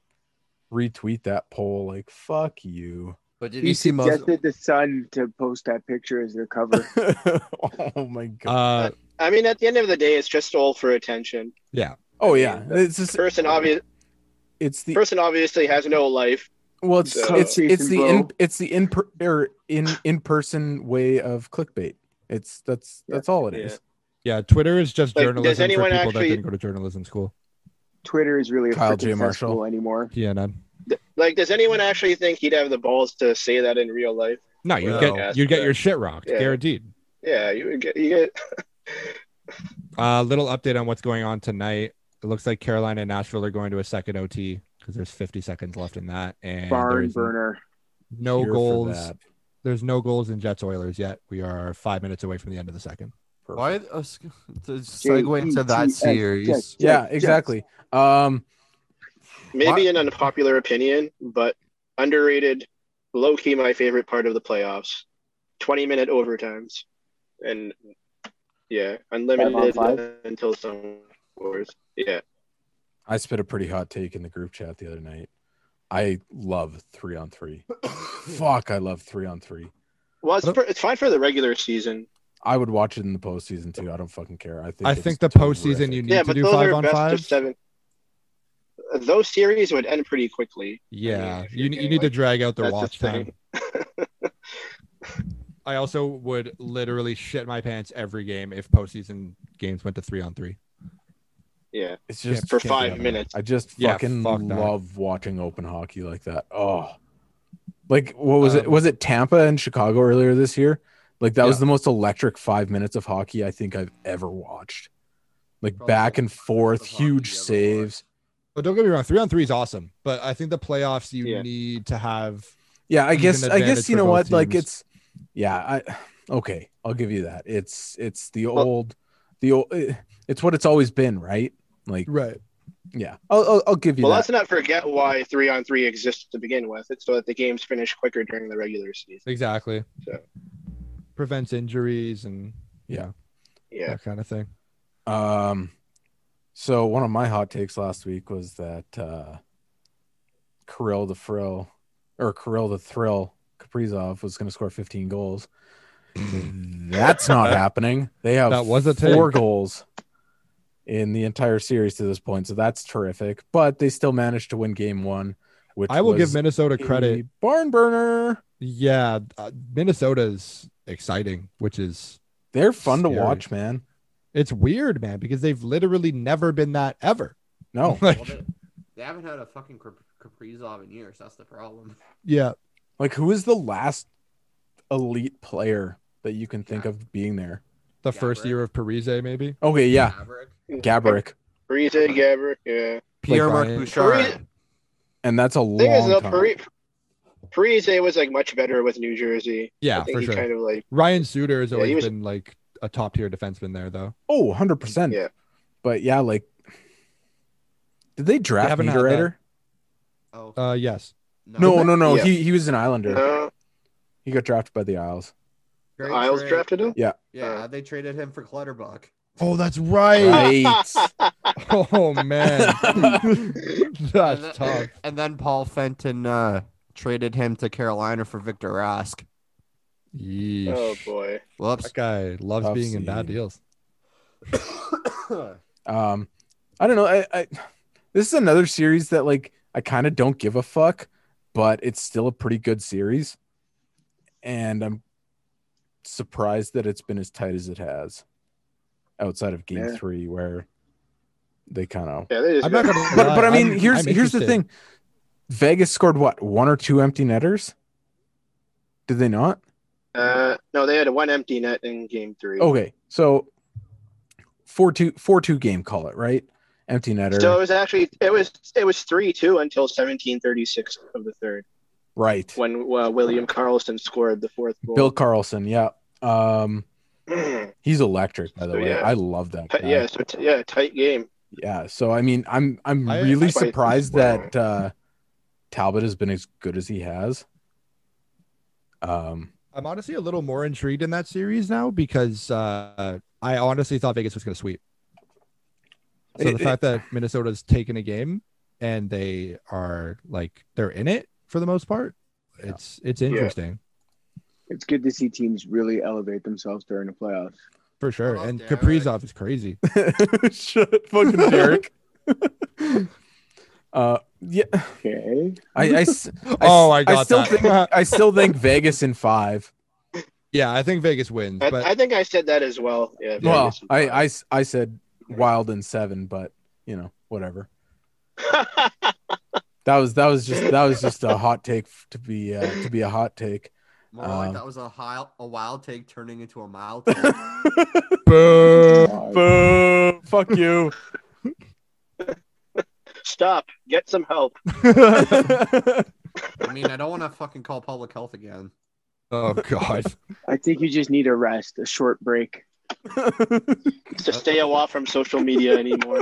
retweet that poll. Like, fuck you. But did He you see most? suggested the sun to post that picture as their cover. oh my god. Uh, I mean, at the end of the day, it's just all for attention. oh yeah. It's just Person obvious. it's the Person obviously has no life. well it's So- it's it's the in, Bro. it's the in per, or in in person way of clickbait. It's that's that's all it Yeah. is. yeah, Twitter is just Like, journalism for does people anyone that actually- didn't go to journalism school. Twitter is really a Kyle J. freaking Marshall. cesspool anymore. CNN. Like, does anyone actually think he'd have the balls to say that in real life? No, you No. get you get your shit rocked, Yeah. guaranteed. Yeah, you would get. You get Uh, little update on what's going on tonight. It looks like Carolina and Nashville are going to a second OT because there's 50 seconds left in that, and Barn there's burner. no Here for goals. that. There's no goals in Jets Oilers yet. We are five minutes away from the end of the second. Why uh, to segue into that J-E-T-S, series? Jets. Yeah, Jets. exactly. Um maybe an unpopular opinion, but underrated, low key, my favorite part of the playoffs 20 minute overtimes. And yeah, unlimited Five on until someone scores. Yeah. I spit a pretty hot take in the group chat the other night. I love three on three. Fuck, I love three on three. Well, it's, What for, it's fine for the regular season. I would watch it in the postseason too. I don't fucking care. I think I it's think the postseason you terrific. need Yeah, to but do those five are on best five. of seven. Those series would end pretty quickly. I Yeah, mean, if you, you're you getting, need to like, drag out their that's watch the thing. time. I also would literally shit my pants every game if postseason games went to three on three. Yeah. It's just for can't five get over minutes. that. I just Yeah, fucking fuck that. love watching open hockey like that. Oh, like what was it? Um, Was it Tampa and Chicago earlier this year? Like that was Yeah. the most electric five minutes of hockey I think I've ever watched. Like Probably back the and forth, of hockey you ever huge saves. But don't get me wrong, three on three is awesome. But I think the playoffs you Yeah. need to have Yeah, I Huge guess. I advantage guess you for know both what? Like teams. it's, yeah. I okay. I'll give you that. It's it's the Well- old, the old. It's what it's always been, right? Like right. yeah. I'll I'll, I'll give you Well, that. let's not forget why three on three exists to begin with. It's so that the games finish quicker during the regular season. Exactly. So. Prevents injuries and Yeah. Yeah. that kind of thing. Um, so one of my hot takes last week was that uh, Kirill the Frill or Kirill the Thrill Kaprizov was going to score 15 goals. That's not happening. They have That was a take. four goals in the entire series to this point, so that's terrific. But they still managed to win Game One, which I will give was Minnesota credit. a Barn burner. Yeah, uh, Minnesota's exciting, which is They're fun to Scary. watch, man. it's weird, man, because they've literally never been that ever. Oh. No, Like, they, haven't had a fucking Kaprizov in years. That's the problem. yeah, like who is the last elite player that you can think of being there? the Yeah, first right. year of Parise, maybe. Okay, yeah, Gabrick, Parisa, Gabrick, yeah. Pierre Like Marc Ryan- Bouchard. and that's a thing is, long though, time. Parise, Parise was like much better with New Jersey. Yeah, I think for he sure. kind of like Ryan Suter has Yeah, always he was- been like a top tier defenseman there, though. oh, 100 percent. Yeah. but yeah, like, did they draft haven't had that. Niederreiter? Oh Uh, yes, No, no, no. Yeah. He he was an Islander. uh, He got drafted by the Isles. Great Isles trade. drafted him. Yeah, they traded him for Clutterbuck. Oh, that's right. oh man, and that's then, tough. And then Paul Fenton uh, traded him to Carolina for Victor Rask. Yeesh. oh boy. Whoops. That guy loves Tough being in bad scene. deals. Um, I don't know. I, I this is another series that like I kind of don't give a fuck, but it's still a pretty good series, and I'm surprised that it's been as tight as it has, outside of Game Yeah. Three where they kind of. Yeah, they just I'm not got- gonna. But but I lie, mean, I'm- here's I'm here's the interested. thing. Vegas scored what one or two empty netters? Did they not? uh, no, they had one empty net in game three. Okay, so four two four two game call it right. Empty netter. So it was actually it was it was three two until seventeen thirty six of the third right. when uh, William Carlson scored the fourth goal. Bill Carlson, yeah. Um yeah, he's electric by the So, way. yeah. I love that guy. yeah, so t- yeah, tight game. Yeah, So I mean, I'm I'm I- really I- surprised that uh Talbot has been as good as he has. Um I'm honestly a little more intrigued in that series now because uh, I honestly thought Vegas was going to sweep. So It- the fact that Minnesota's taken a game and they are like they're in it for the most part. It's it's interesting It's good to see teams really elevate themselves during the playoffs. for sure. Oh, and Derek. Kaprizov is crazy. Shut fucking Derek. uh, yeah, Okay. I, I s- I s- Oh, I got still that. think I still think Vegas in five. yeah, I think Vegas wins, I, but I think I said that as well. Yeah. well, Vegas. I, I s- I said Wild in seven, but you know whatever. That was that was just that was just a hot take f- to be uh, to be a hot take. More like Um, that was a high, a wild take turning into a mild take. Boo. Boo! Fuck you. Stop. Get some help. I mean, I don't want to fucking call public health again. oh god. I think you just need a rest, a short break. To stay a while from social media anymore.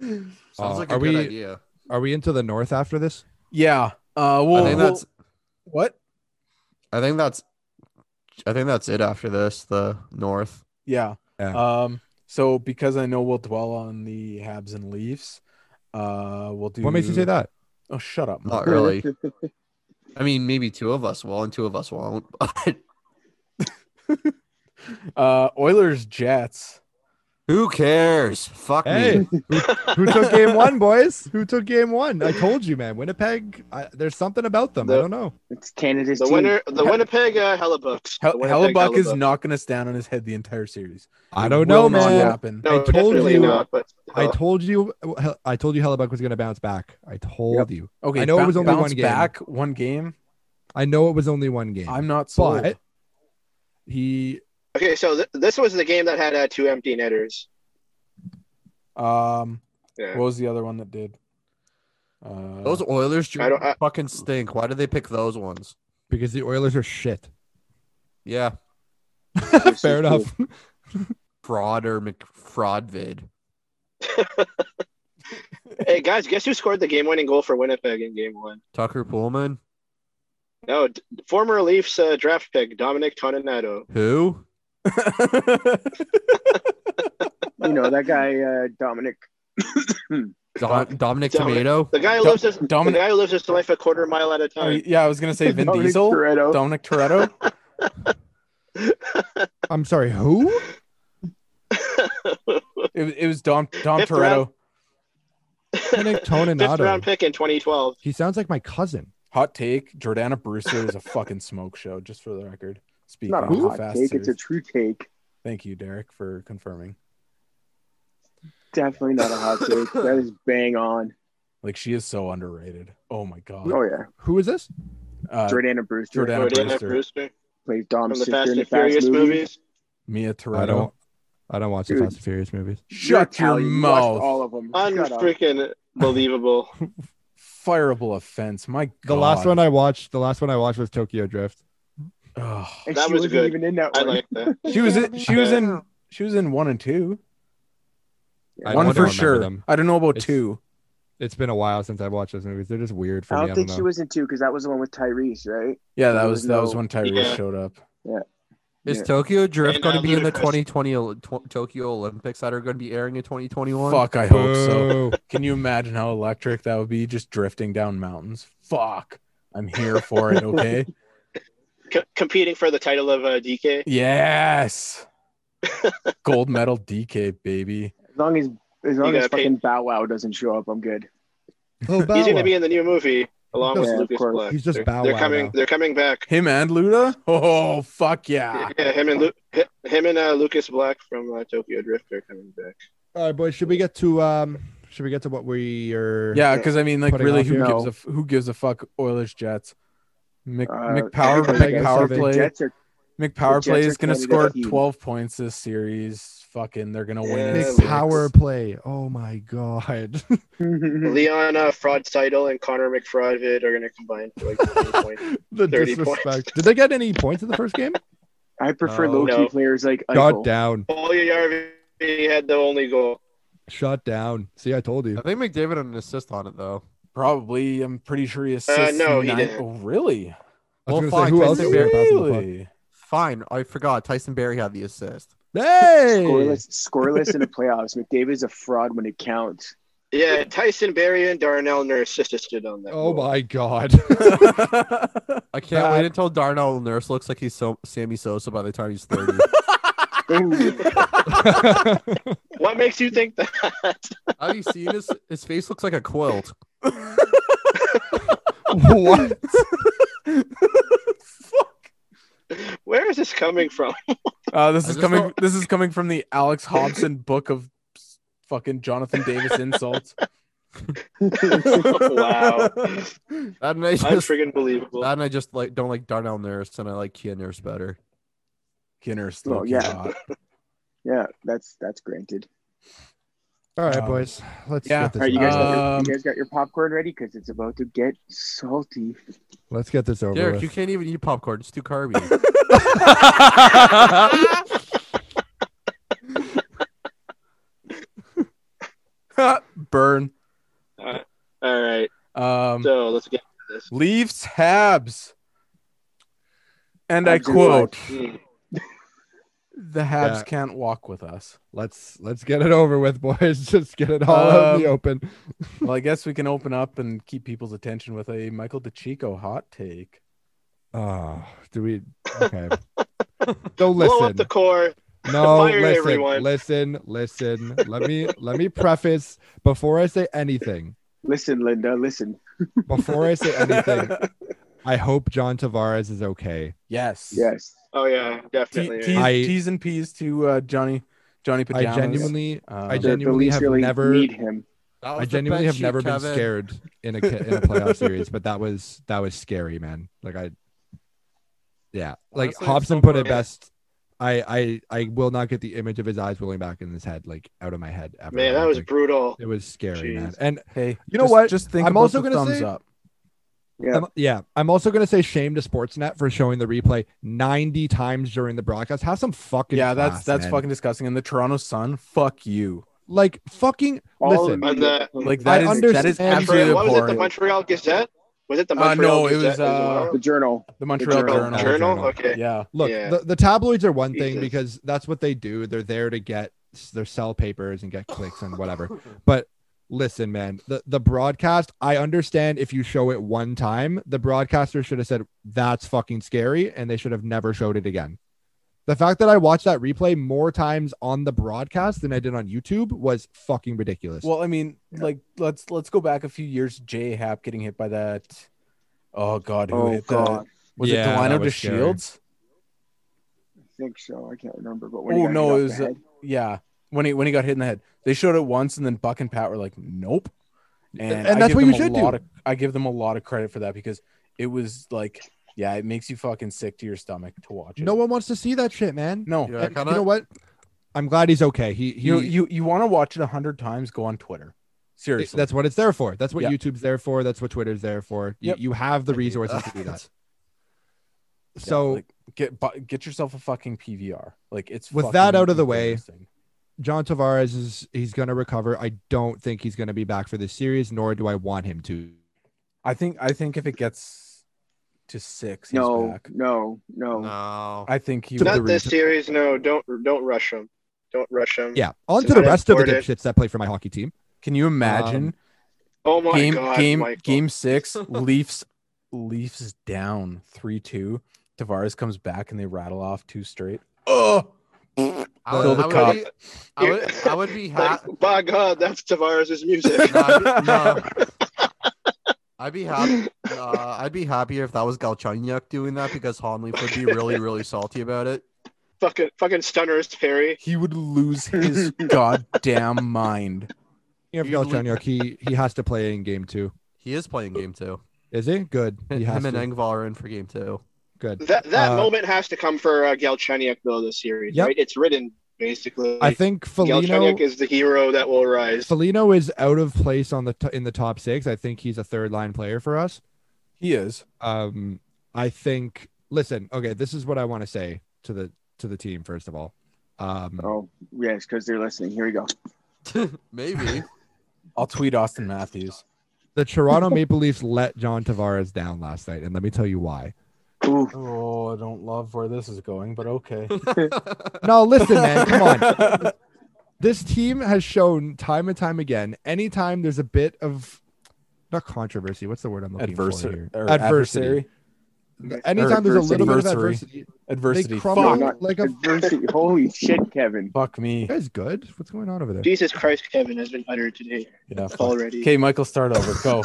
Sounds Uh, like a are good we- idea. Are we into the north after this? yeah. Uh. I Well, think well- that's. what? I think that's. I think that's it after this. The North. Yeah. Yeah. Um. So because I know we'll dwell on the Habs and Leafs, uh, we'll do. What makes you say that? Oh, shut up! Mark. Not really. I mean, maybe two of us will and two of us won't. But Uh, Oilers Jets. who cares? Fuck Hey, me. who, who took game one, boys? Who took game one? I told you, man. Winnipeg, I, there's something about them. I The- don't know. It's Canada's The team. winner, the Winnipeg uh, Hellebucks. Hel- The Winnipeg Hellebuck is Hellebucks. knocking us down on his head the entire series. I It don't know, will not man. Happen. No, I told definitely you. not. But I told you, I told you, Hellebuck was going to bounce back. I told you. Okay, I know it bou- was only bounce one game. back one game. I know it was only one game. I'm not sold. but he okay, so th- this was the game that had uh, two empty netters. Um, Yeah. what was the other one that did? Uh, Those Oilers I don't- I- fucking stink. Why did they pick those ones? because the Oilers are shit. Yeah, Fair enough. fraud or McFraudvid. hey guys, guess who scored the game-winning goal for Winnipeg in Game One? Tucker Pullman. No, d- former Leafs uh, draft pick Dominic Toninato. Who? You know, that guy, uh, Dominic. Dom- Dominic Dominic. Tomato. The guy who Do- lives his Dominic- the guy who lives his life a quarter mile at a Oh, time. yeah, I was gonna say Vin Dominic Diesel, Toretto. Dominic Toretto. I'm sorry, who? it, was- it was Dom Dom Fifth Toretto. round. Dominic Fifth round Toninato. pick in 2012. He sounds like my cousin. Hot take: Jordana Brewster is a fucking smoke show. Just for the record, speaking Not a of hot fast take. It's a food. true take. thank you, Derek, for confirming. Definitely not a hot take. That is bang on. Like she is so underrated. Oh my god, Oh yeah, Who is this? uh, Jordana Brewster Jordana Jordana Brewster. Brewster plays Dom from the Sister Fast in the and Furious Fast movies. movies. Mia I Toretto. don't. I don't watch the Dude. Fast and Furious movies. Shut You're your Italian. You watched mouth. All of them. Shut up. Unfreaking believable. Fireable offense. My god. The last one I watched. The last one I watched was Tokyo Drift. Ugh. And That she was wasn't good. even in that I one. like that. She was in, she was in she was in one and two. I one don't for remember sure. them. I don't know about It's- two. It's been a while since I've watched those movies. They're just weird for I me. don't think know. she was in two because that was the one with Tyrese, right? Yeah, that there was was that was no- when Tyrese Yeah. showed up. Is Yeah. Tokyo Drift And, going uh, to be in the Ludacris. 2020 Oli- tw- Tokyo Olympics that are going to be airing in 2021? Fuck, I hope so. Boo. Can you imagine how electric that would be just drifting down mountains? Fuck. I'm here for it, okay? Co- competing for the title of uh, DK. yes. Gold medal DK baby. As long as as long as gotta pay- fucking Bow Wow doesn't show up, I'm good. Oh, Bow He's going Wow. to be in the new movie along with Yeah, of Lucas course. Black. He's just they're, Bow they're Wow coming. now. They're coming back. Him and Luda? Oh fuck yeah. Yeah, him and Lu- hi- him and uh, Lucas Black from uh, Tokyo Drift are coming back. All right, boys. Should we get to um? Should we get to what we are? Yeah, because I mean, like, Putting really, off who your- gives No. a f- who gives a fuck? Oilers Jets. Mc, Uh, McPower I guess McPower if the play Jets are- McPower Jets play are is gonna kinda score the team. twelve points this series. Fucking, they're gonna win. in Yeah, Big six. power play. Oh my god. Mm-hmm. Hmm. Leon uh, Fraud Seidel and Connor McFraudvid are going to combine for like 20 points. the 30 disrespect. points. Did they get any points in the first game? I prefer No. low key No. players like Shut Eichel. down. Yarvi had the only goal. Shut down. See, I told you. I think McDavid had an assist on it though. Probably, I'm pretty sure Uh, he assists. no, he nine- didn't. Oh, really? I was Well, gonna say, fine, who Tyson else is Barry. passing the puck? really? Fine, I forgot. Tyson Berry had the assist. Hey! Scoreless, scoreless in the playoffs. McDavid's a fraud when it counts. Yeah, Tyson Berry and Darnell Nurse just stood on that. Oh goal. my god. I can't That- wait until Darnell Nurse looks like he's so Sammy Sosa by the time he's thirty. What makes you think that? Have you seen his his face looks like a quilt? what? Where is this coming from? Uh, this I is just coming. don't- This is coming from the Alex Hobson book of s- fucking Jonathan Davis insults. wow, That and I just unfriggin' believable. that and I just like don't like Darnell Nurse and I like Kia Nurse better. Kinner still Oh, oh, yeah. yeah. yeah, that's that's granted. All right, Um, boys. Let's yeah. get this. All right, you guys, got your, Um, you guys got your popcorn ready because it's about to get salty. Let's get this over Derek, with. you can't even eat popcorn; it's too carby. Burn. Uh, All right, Um, so let's get to this. Leafs Habs, and I Habs are alive. quote: Mm. "The Habs Yeah. can't walk with us." Let's let's get it over with, boys. Just get it all out in Um, the open. Well, I guess we can open up and keep people's attention with a Michael DeChico hot take. Oh, do we? Okay. Don't listen. Blow up the core. No, Fire listen, everyone. listen, listen. Let me let me preface before I say anything. Listen, Linda, listen. Before I say anything, I hope John Tavares is okay. yes. Yes. Oh yeah, T- definitely. teas, I- teas and peas to uh, Johnny Johnny Pajamas. I genuinely, Um, I The- the genuinely Leafs have really never- need him. That I was the genuinely bed have sheet, never been Kevin. scared in a ca- in a playoff series, but that was that was scary, man. Like I, yeah, like Honestly, it's Hobson so put it funny. best. I I I will not get the image of his eyes rolling back in his head, like out of my head. Ever. Man, that was Like, brutal. it was scary, man. Jeez. And hey, You know just- what? Just think. I'm about also the gonna thumbs say- up. Yeah. I'm- yeah, I'm also gonna say shame to Sportsnet for showing the replay 90 times during the broadcast. Have some fucking Yeah, that's class, that's man. fucking disgusting. And the Toronto Sun, fuck you. like fucking All listen. On the Like that I is that is understand- absolutely Montreal- what was it? The abhorrent. Montreal Gazette? Was it the Uh, Montreal no, it was, Gazette? as uh, well? Oh, the journal. The Montreal Journal. Journal. Journal? Journal. Okay. Yeah. Look, Yeah. the, the tabloids are one thing Jesus. because that's what they do. They're there to get their sell papers and get clicks and whatever. But listen, man, the, the broadcast, I understand if you show it one time, the broadcaster should have said, that's fucking scary. And they should have never showed it again. The fact that I watched that replay more times on the broadcast than I did on YouTube was fucking ridiculous. Well, I mean, like let's let's go back a few years. J Hap getting hit by that. Oh God, who Oh hit The, God, was it Yeah, Delano that de was scary. Shields? I think so. I can't remember, but when he Oh got hit no, off it the was uh, head. yeah. When he when he got hit in the head, they showed it once, and then Buck and Pat were like, "Nope." And, And I that's give what them you a should lot do. Of, I give them a lot of credit for that because it was like, yeah, it makes you fucking sick to your stomach to watch it. no one wants to see that shit, man. no, Yeah, And kinda- you know what? I'm glad he's okay. He, he you you you want to watch it a hundred times? Go on Twitter. It- Seriously, That's what it's there for. That's what Yeah. YouTube's there for. That's what Twitter's there for. You, Yep. uh, you have the I hate resources to that. do that. Yeah, So like, get bu- get yourself a fucking PVR. Like it's With fucking that out of the way, embarrassing. John Tavares is he's gonna recover. I don't think he's gonna be back for this series, nor do I want him to. I think I think if it gets to six, he's No, back. no, no, No. I think he. the Not this reason- series. No, don't don't rush them. Don't rush them. Yeah. On So to the that rest of the imported- dipshits that play for my hockey team. Can you Um, imagine? Oh my game god, game Michael. game six leafs leafs down three two tavares comes back and they rattle off two straight oh I Fill would, the I would cup. be- I would, I would be Like, happy. by God, that's Tavares' music. No, I'd, be- no. I'd be happy. Uh, I'd be happier if that was Galchenyuk doing that because Honleaf would be really, really salty about it. fucking fucking stunners Perry. he would lose his goddamn mind You know, You believe- Galchenyuk, he he has to play in game two. He is playing game two. Is he good? He has Him and to. Engvall are in for game two. Good. That that Uh, moment has to come for uh, Galchenyuk though. This series, Yep. right? It's written basically. I think Felino Galchenyuk is the hero that will rise. Felino is out of place on the t- in the top six. I think he's a third line player for us. he is um i think listen okay this is what i want to say to the to the team first of all um Oh yes, because they're listening. Here we go. Maybe. i'll tweet austin matthews the toronto maple leafs let john tavares down last night and let me tell you why Ooh, oh i don't love where this is going but okay no listen man come on This team has shown time and time again, anytime there's a bit of not controversy, what's the word I'm looking for Adversary. here? or Adversity. Adversary. Anytime there's a little bit of adversary. adversity, Adversity. They Fuck. crumble. No, not like like a- adversity. Holy shit, Kevin. Fuck me. you guys good? What's going on over there? Jesus Christ, Kevin has been uttered today Yeah. fuck. already. Okay, Michael, start over. Go.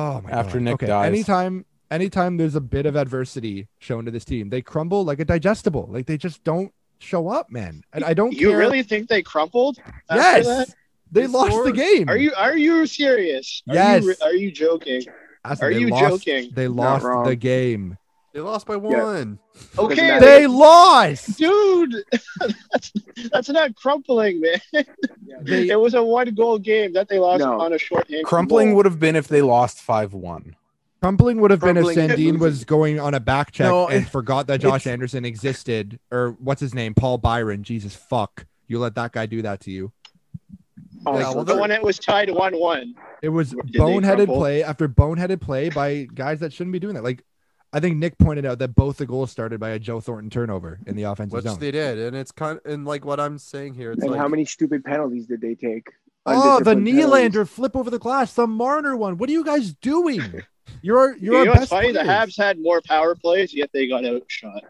Oh my After God. Nick okay. dies. Anytime anytime there's a bit of adversity shown to this team, they crumble like a digestible. Like they just don't show up, man. And I don't You care. really think they crumpled? After Yes. That? They They lost the scored. game. Are you are you serious? Are Yes. You, re- are you joking? Aston, are they you lost- joking? They Not lost wrong. the game. They lost by one. Okay. matter. They lost. dude, that's that's not crumpling, man. They- it was a one goal game that they lost No. on a shorthand. Crumpling goal. would have been if they lost 5 1. Crumbling would have been if Crumbling and Sandine losing. was going on a back check No, and it- forgot that Josh it's- Anderson existed, or what's his name, Paul Byron. Jesus fuck, you let that guy do that to you. Oh, Yeah, well, the one that was tied one one. It was Did they boneheaded crumble? play after boneheaded play by guys that shouldn't be doing that. Like, I think Nick pointed out that both the goals started by a Joe Thornton turnover in the offensive Which zone. they did, and it's kind and like what I'm saying here. It's and like, how many stupid penalties did they take? oh, the Undisciplined penalties. Nylander flip over the glass, the Marner one. What are you guys doing? You're You know you're our what's best funny? The players. Habs had more power plays, yet they got outshot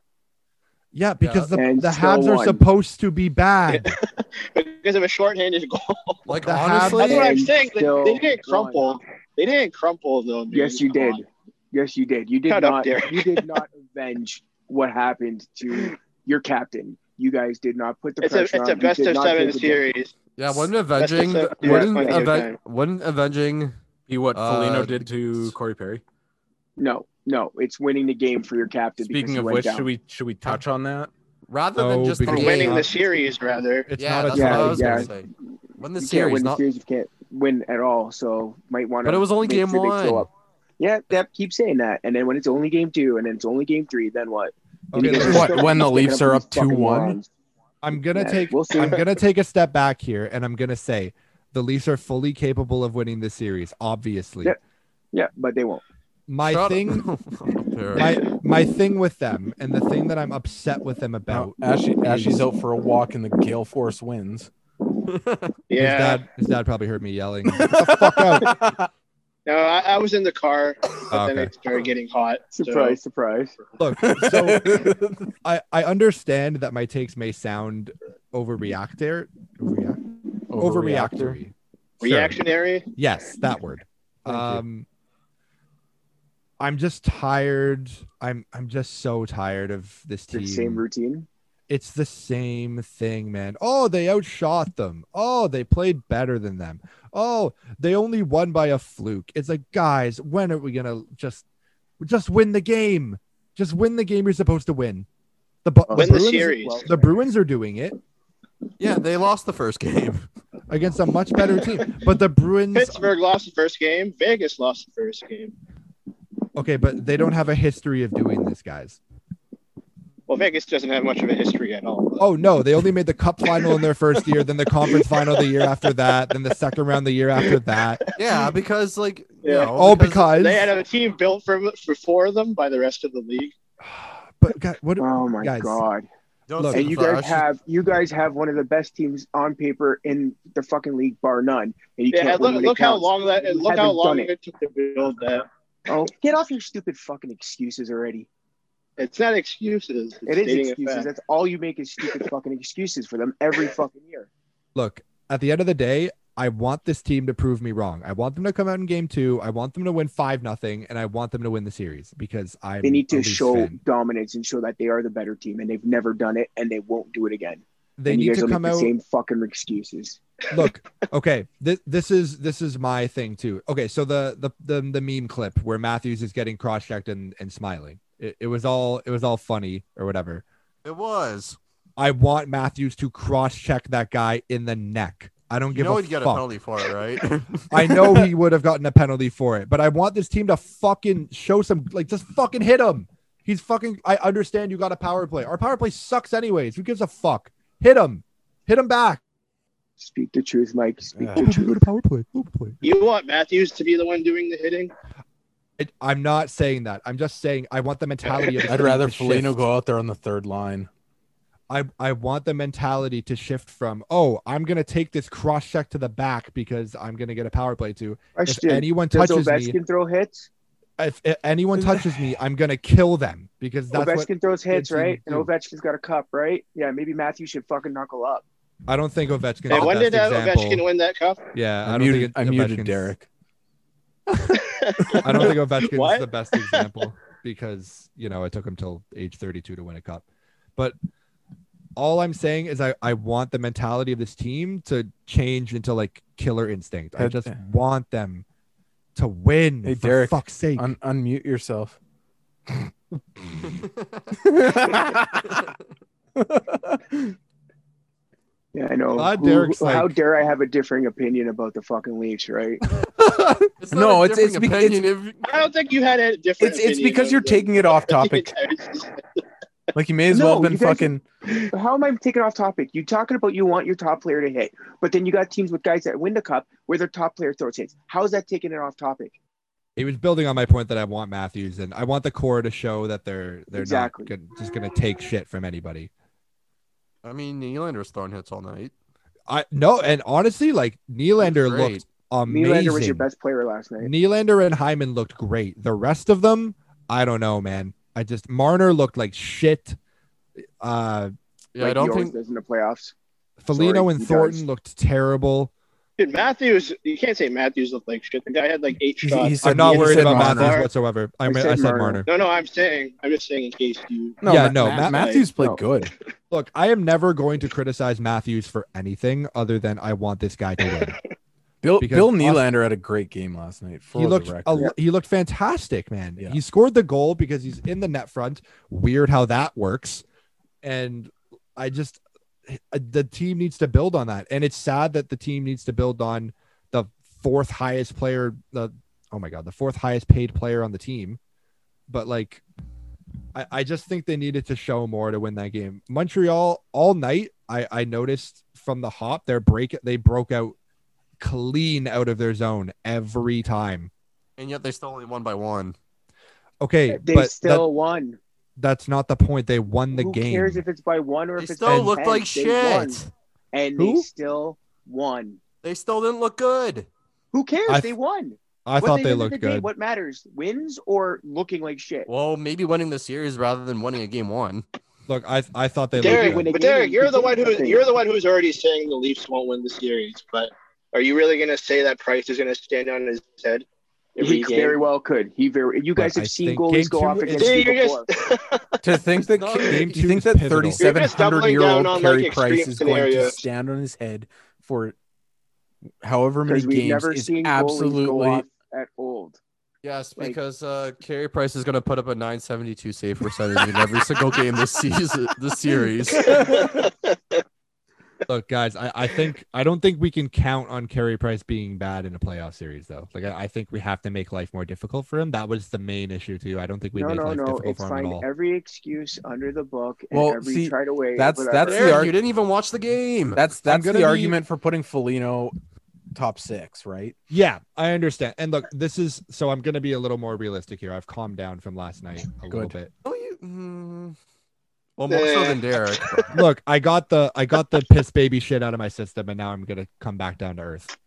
Yeah, because the And the still Habs are won. supposed to be bad. because of a shorthanded goal. like the honestly, That's what I'm And saying. They, still they didn't won. crumple. They didn't crumple though. dude. Yes, you Come did. on. Yes, you did. You did Shut up, not. Derek. you did not avenge what happened to your captain. You guys did not put the It's a pressure it's on. a You best did of not seven take it down. series. yeah, wasn't That's just avenging, a- yeah, wouldn't, that's aven- fine. wouldn't avenging. Be what Uh, Foligno did to Corey Perry. No, no. It's winning the game for your captain. because Speaking he of went which, down. should we should we touch on that? Rather No, than just the Or Oh, because- game, winning the series rather. It's yeah, not that's a what I Yeah, was yeah. gonna say. Win you the can't series, win not the series. You can't win at all. So might want to. But it was only game one. Yeah, that keep saying that, and then when it's only game two, and then it's only game three, then what? Okay, You let's- just What, don't when the stick it Leafs are these up 2-1? fucking morons. I'm gonna Yeah, take we'll see. I'm gonna take a step back here and I'm gonna say the Leafs are fully capable of winning this series, obviously. Yeah. Yeah, but they won't. My Shut up. thing Sure. my my thing with them and the thing that I'm upset with them about No, Ashy, Ashy's is- out for a walk in the gale force winds. his Yeah. dad his dad probably heard me yelling. "Get the fuck out." No, I, I was in the car, but then Ah, Okay. it started getting hot. so- Surprise, surprise. Look, so I, I understand that my takes may sound overreactor overreact, overreactory. Sure. reactionary. Yes, that word. Thank you. Um, I'm just tired. I'm I'm just so tired of this The team. same routine. It's the same thing, man. Oh, they outshot them. Oh, they played better than them. Oh, they only won by a fluke. It's like, guys, when are we gonna just just win the game? Just win the game you're supposed to win. The, Bu- Win the Bruins, series. The Bruins are doing it yeah, they lost the first game. against a much better team, but the Bruins Pittsburgh lost the first game. Vegas lost the first game. Okay, but they don't have a history of doing this, guys. Well, Vegas doesn't have much of a history at all. but- Oh no, they only made the cup final in their first year, then the conference final the year after that, then the second round the year after that. Yeah, because like you Yeah. know, All because, They had a team built for, for for them by the rest of the league. but God, what Oh my Guys. god! Don't Look, say And you for guys us. have you guys have one of the best teams on paper in the fucking league, bar none. And you Yeah, can't win and look, when it look how counts. long that and You look how haven't long done it. took to build that. Oh, get off your stupid fucking excuses already. It's not excuses. It's It is stating a excuses. fact. That's all you make is stupid fucking excuses for them every fucking year. look, at the end of the day, I want this team to prove me wrong. I want them to come out in game two. I want them to win five nothing, and I want them to win the series because I They need to show dominance and show that they are the better team, and they've never done it, and they won't do it again. They and you need guys to will come make out. the same fucking excuses. look okay this this is this is my thing too okay so the the the, the meme clip where matthews is getting cross-checked and, and smiling it, it was all it was all funny or whatever It was. i want matthews to cross-check that guy in the neck i don't You give know a he'd get a fuck. penalty for it, right? i know he would have gotten a penalty for it but i want this team to fucking show some like just fucking hit him he's fucking i understand you got a power play our power play sucks anyways who gives a fuck hit him hit him back Speak the truth, Mike. Speak Yeah. the truth. power play power play You want Matthews to be the one doing the hitting? It, I'm not saying that. I'm just saying I want the mentality of. this I'd team rather to Foligno shift. go out there on the third line. I I want the mentality to shift from oh I'm gonna take this cross check to the back because I'm gonna get a power play to. If Question: anyone Does touches me, Ovechkin throw hits? if, if anyone touches me, I'm gonna kill them because that's what Ovechkin throws hits, teams right? And do. Ovechkin's got a cup, right? Yeah, maybe Matthew should fucking knuckle up. I don't think Ovechkin. And when did uh, example. Ovechkin win that cup? Yeah, Uh, I, I don't muted, think it, I muted Ovechkin's- Derek. I don't think Ovechkin is What? the best example because you know it took him till age 32 to win a cup. But all I'm saying is I, I want the mentality of this team to change into like killer instinct. I Had- just want them to win Hey, for Derek, fuck's sake. Un- unmute yourself. Yeah, I know. Ah, Who- Derek's how like- dare I have a differing opinion about the fucking Leafs, right? It's No, not a it's- it's differing bec- it's- opinion if- I don't think you had a different. It's it's opinion because of you're the- taking it off topic. Like you may as well No, have been you guys- fucking. How am I taking off topic? You talking about you want your top player to hit, but then you got teams with guys that win the cup where their top player throws hits. How is that taking it off topic? He was building on my point that I want Matthews and I want the core to show that they're they're Exactly. not good, just gonna take shit from anybody. I mean, Nylander's throwing hits all night. I no, and honestly, like Nylander Great. looked amazing. Nylander was your best player last night. Nylander and Hyman looked great. The rest of them, I don't know, man. I just Marner looked like shit. Uh Yeah, like I don't he always think. does in the playoffs. Felino Sorry, and he Thornton does. looked terrible. Dude, Matthews, you can't say Matthews looked like shit. The guy had like eight He- shots. he said- I'm not he worried said about Marner. Matthews whatsoever. I, I mean, said I said Marner. Marner. no, no, I'm saying, I'm just saying in case you. No, Yeah, Ma- no, Ma- Ma- Matthews played no. good. Look, I am never going to criticize Matthews for anything other than I want this guy to win. Bill Because Bill Austin- Nylander had a great game last night. For he the looked record. a, he looked fantastic, man. Yeah. He scored the goal because he's in the net front. Weird how that works. And I just uh, the team needs to build on that. And it's sad that the team needs to build on the fourth highest player the oh my god, the fourth highest paid player on the team. But like I, I just think they needed to show more to win that game. Montreal all night, I, I noticed from the hop their break they broke out clean out of their zone every time. And yet they still only won by one. Okay, They but still won. that, that's not the point. They won the Who game. cares if it's by one or They if it's still by looked 10? like They won, shit. and Who? they still won. They still didn't look good. Who cares? I th- they won. I What thought did they in the game, looked good. What matters? Wins or looking like shit? Well, maybe winning the series rather than winning a game one. Look, I I thought they Derek, looked win good. winning- but Derek, you're the one who Continue. you're the one who's already saying the Leafs won't win the series. But are you really gonna say that Price is gonna stand on his head? every He game? very well could. He very. You guys But I have seen think goalies game go two off is- against See, you you're just before. to think that No, do game you two think is that pivotal. thirty seven hundred year You're just doubling old down on, Carey like, Price extreme is going to scenarios. stand on his head for however many Because we've games never is seen goalies go absolutely off at old. Yes, Like- because uh Carey Price is gonna put up a 972 save percentage in every single game this season, this series. Look, guys, I, I think I don't think we can count on Carey Price being bad in a playoff series though. Like I, I think we have to make life more difficult for him. That was the main issue too. I don't think we no, make no, life no. difficult It's for him at fine. all. Every excuse under the book and Well, every see, try to wait. that's- whatever. that's- Derek, arg- you didn't even watch the game. that's that's the gonna be- argument for putting Foligno top six, right? Yeah, I understand. And look, this is so I'm gonna be a little more realistic here. I've calmed down from last night a little Good. bit. Oh, you- mm. well, more so Eh. than Derek. Look, I got the I got the piss baby shit out of my system and now I'm gonna come back down to earth.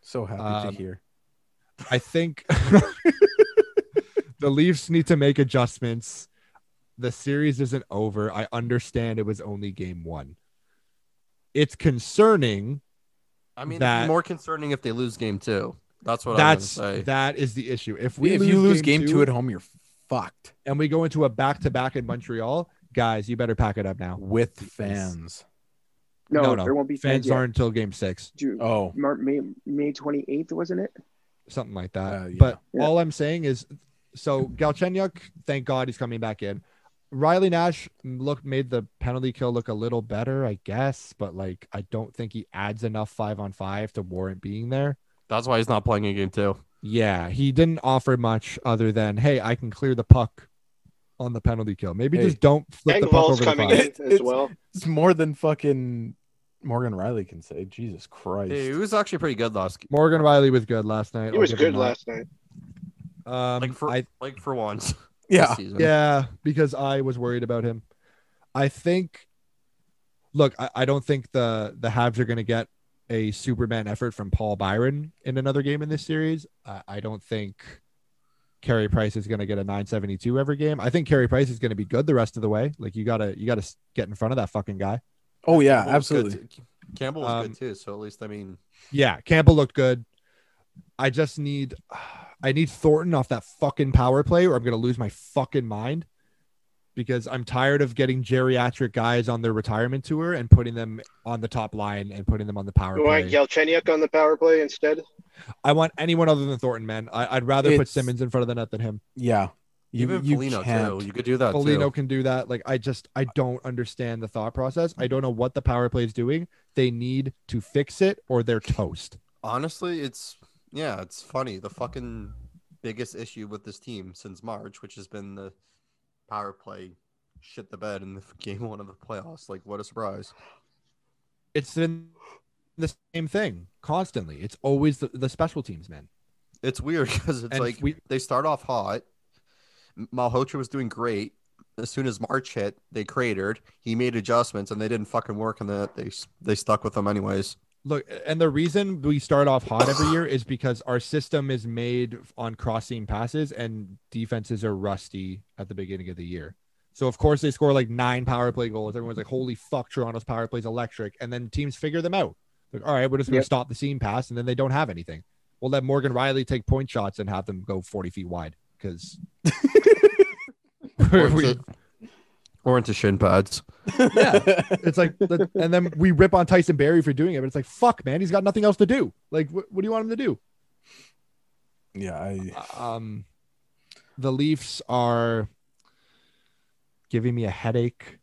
So happy Um, to hear. I think the Leafs need to make adjustments. The series isn't over. I understand it was only game one. It's concerning. I mean, it'd That- be more concerning if they lose game two. That's what That's I'm gonna say. that is the issue. If we If lose you lose game, two, two at home, you're fucked and we go into a back to back in Montreal, guys, you better pack it up now. with fans. no, there won't be fans. fans yet. aren't until game six, Ju- Oh, Mar- May May twenty eighth, wasn't it? something like that. Uh, yeah. But Yeah. all I'm saying is, so Galchenyuk, thank God he's coming back in. Riley Nash looked made the penalty kill look a little better, I guess, but like I don't think he adds enough five on five to warrant being there. That's why he's not playing in game two. Yeah, he didn't offer much other than hey, I can clear the puck on the penalty kill. Maybe Hey. just don't flip and the puck Vols over the coming five. in as It's- well. it's more than fucking Morgan Riley can say. Jesus Christ! Hey, he was actually pretty good last game. Morgan Riley was good last night. He I'll was give good him that. last night. Um, Like for I like for once. yeah, this season. Yeah, because I was worried about him. I think look, I, I don't think the the Habs are going to get a Superman effort from Paul Byron in another game in this series. I, I don't think Carey Price is going to get a 972 every game. I think Carey Price is going to be good the rest of the way. Like you gotta you gotta s- get in front of that fucking guy. Oh yeah, Campbell was good absolutely. too. Campbell was Um, good too, so at least I mean, Yeah, Campbell looked good. I just need I need Thornton off that fucking power play or I'm going to lose my fucking mind because I'm tired of getting geriatric guys on their retirement tour and putting them on the top line and putting them on the power You want play. Galchenyuk on the power play instead? I want anyone other than Thornton, man. I, I'd rather put It's- Simmons in front of the net than him. Yeah. You, even you Foligno can't. too. You could do that Polino too. can do that. Like I just I don't understand the thought process. I don't know what the power play is doing. They need to fix it or they're toast. Honestly, it's yeah, it's funny. The fucking biggest issue with this team since March, which has been the power play shit the bed in the f- game one of the playoffs. Like, what a surprise! It's been the same thing constantly. It's always the, the special teams, man. It's weird because it's And like we- they start off hot. M- Malhotra was doing great. As soon as March hit, they cratered. He made adjustments, and they didn't fucking work. And that they s- they stuck with them anyways. Look, and the reason we start off hot every year is because our system is made on crossing passes and defenses are rusty at the beginning of the year. So of course they score like nine power play goals. Everyone's like, "Holy fuck, Toronto's power play's electric!" And then teams figure them out. Like, all right, we're just going to Yep. stop the seam pass, and then they don't have anything. We'll let Morgan Riley take point shots and have them go forty feet wide because Or into, or into shin pads. Yeah. it's like, let- and then we rip on Tyson Berry for doing it, but it's like, fuck, man, he's got nothing else to do. Like, wh- what do you want him to do? yeah. I, um the leafs are giving me a headache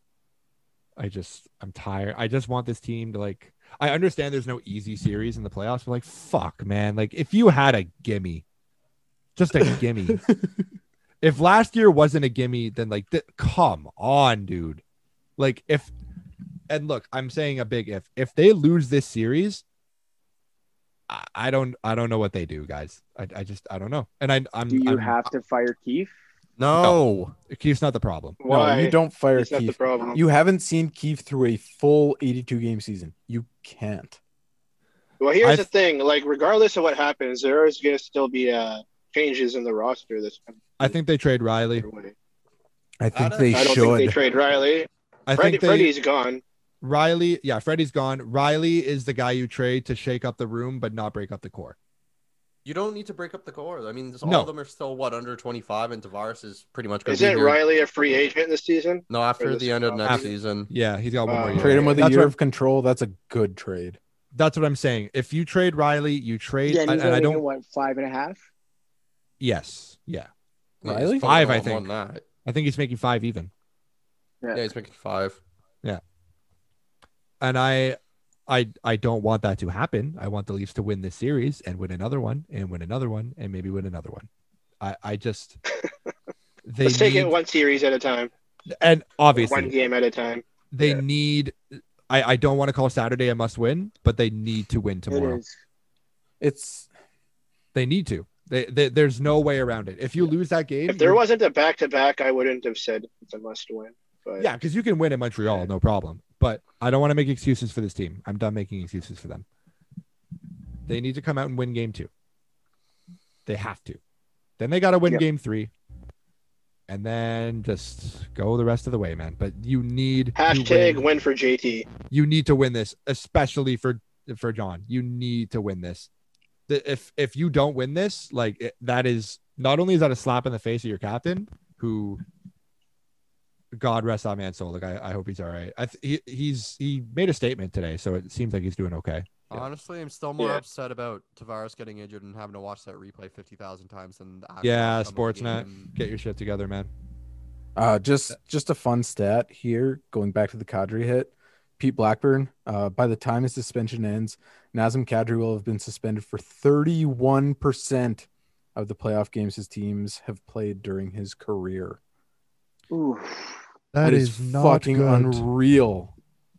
i just i'm tired i just want this team to like i understand there's no easy series in the playoffs but like fuck man like if you had a gimme just a gimme if last year wasn't a gimme then like th- come on dude like if and look i'm saying a big if if they lose this series I, I don't I don't know what they do, guys. I, I just I don't know. And I I'm Do you I'm, have to fire Keefe? No, Keith's not the problem. Why? No, you don't fire He's not the Keith. problem. You haven't seen Keith through a full 82 game season. You can't. well, here's I- the thing: like, regardless of what happens, there is going to still be uh, changes in the roster this time. I think they trade Riley. I think think don't- they they I don't should. think they trade Riley. I Freddie, think they Freddie's gone. Riley. Yeah, Freddie's gone. Riley is the guy you trade to shake up the room but not break up the core. you don't need to break up the core. I mean, all No. of them are still what under twenty five, and Tavares is pretty much. Gonna be Isn't here. Riley a free agent this season? No, after For the this end of next After- season. Yeah, he's got one more Wow. year. trade him with a That's year what- of control. That's a good trade. That's what I'm saying. If you trade Riley, you trade Yeah, and and, he's and I only don't in, what five and a half. yes. Yeah. Yeah, Riley? he's fucking Five, I all think. won That. I think he's making five even. Yeah. Yeah, he's making five. and I, I, I don't want that to happen. I want the Leafs to win this series and win another one and win another one and maybe win another one. I, I just they Let's take need, it one series at a time, and one obviously game at a time. they yeah. need. I, I don't want to call Saturday a must win, but they need to win It tomorrow. is. It's They need to. They, they, there's no way around it. If you lose that game, If there you- wasn't a back to back, I wouldn't have said it's a must win. But yeah, because you can win in Montreal, no problem. But I don't want to make excuses for this team. I'm done making excuses for them. They need to come out and win game two. They have to. Then they got to win Yep. game three, and then just go the rest of the way, man. But you need to hashtag win- win. for JT. you need to win this, especially for for John. You need to win this. The- If if you don't win this, like it, that is not only is that a slap in the face of your captain, who God rest that man's soul. Like I, I hope he's all right. I th- he, he's he made a statement today, so it seems like he's doing okay. Yeah. Honestly, I'm still more Yeah. upset about Tavares getting injured and having to watch that replay fifty thousand times than the actual Yeah, outcome of the Sportsnet. game. Get your shit together, man. Uh, just just a fun stat here. Going back to the Kadri hit, Pete Blackburn. Uh, by the time his suspension ends, Nazem Kadri will have been suspended for 31 percent of the playoff games his teams have played during his career. Ooh. that is, fucking unreal.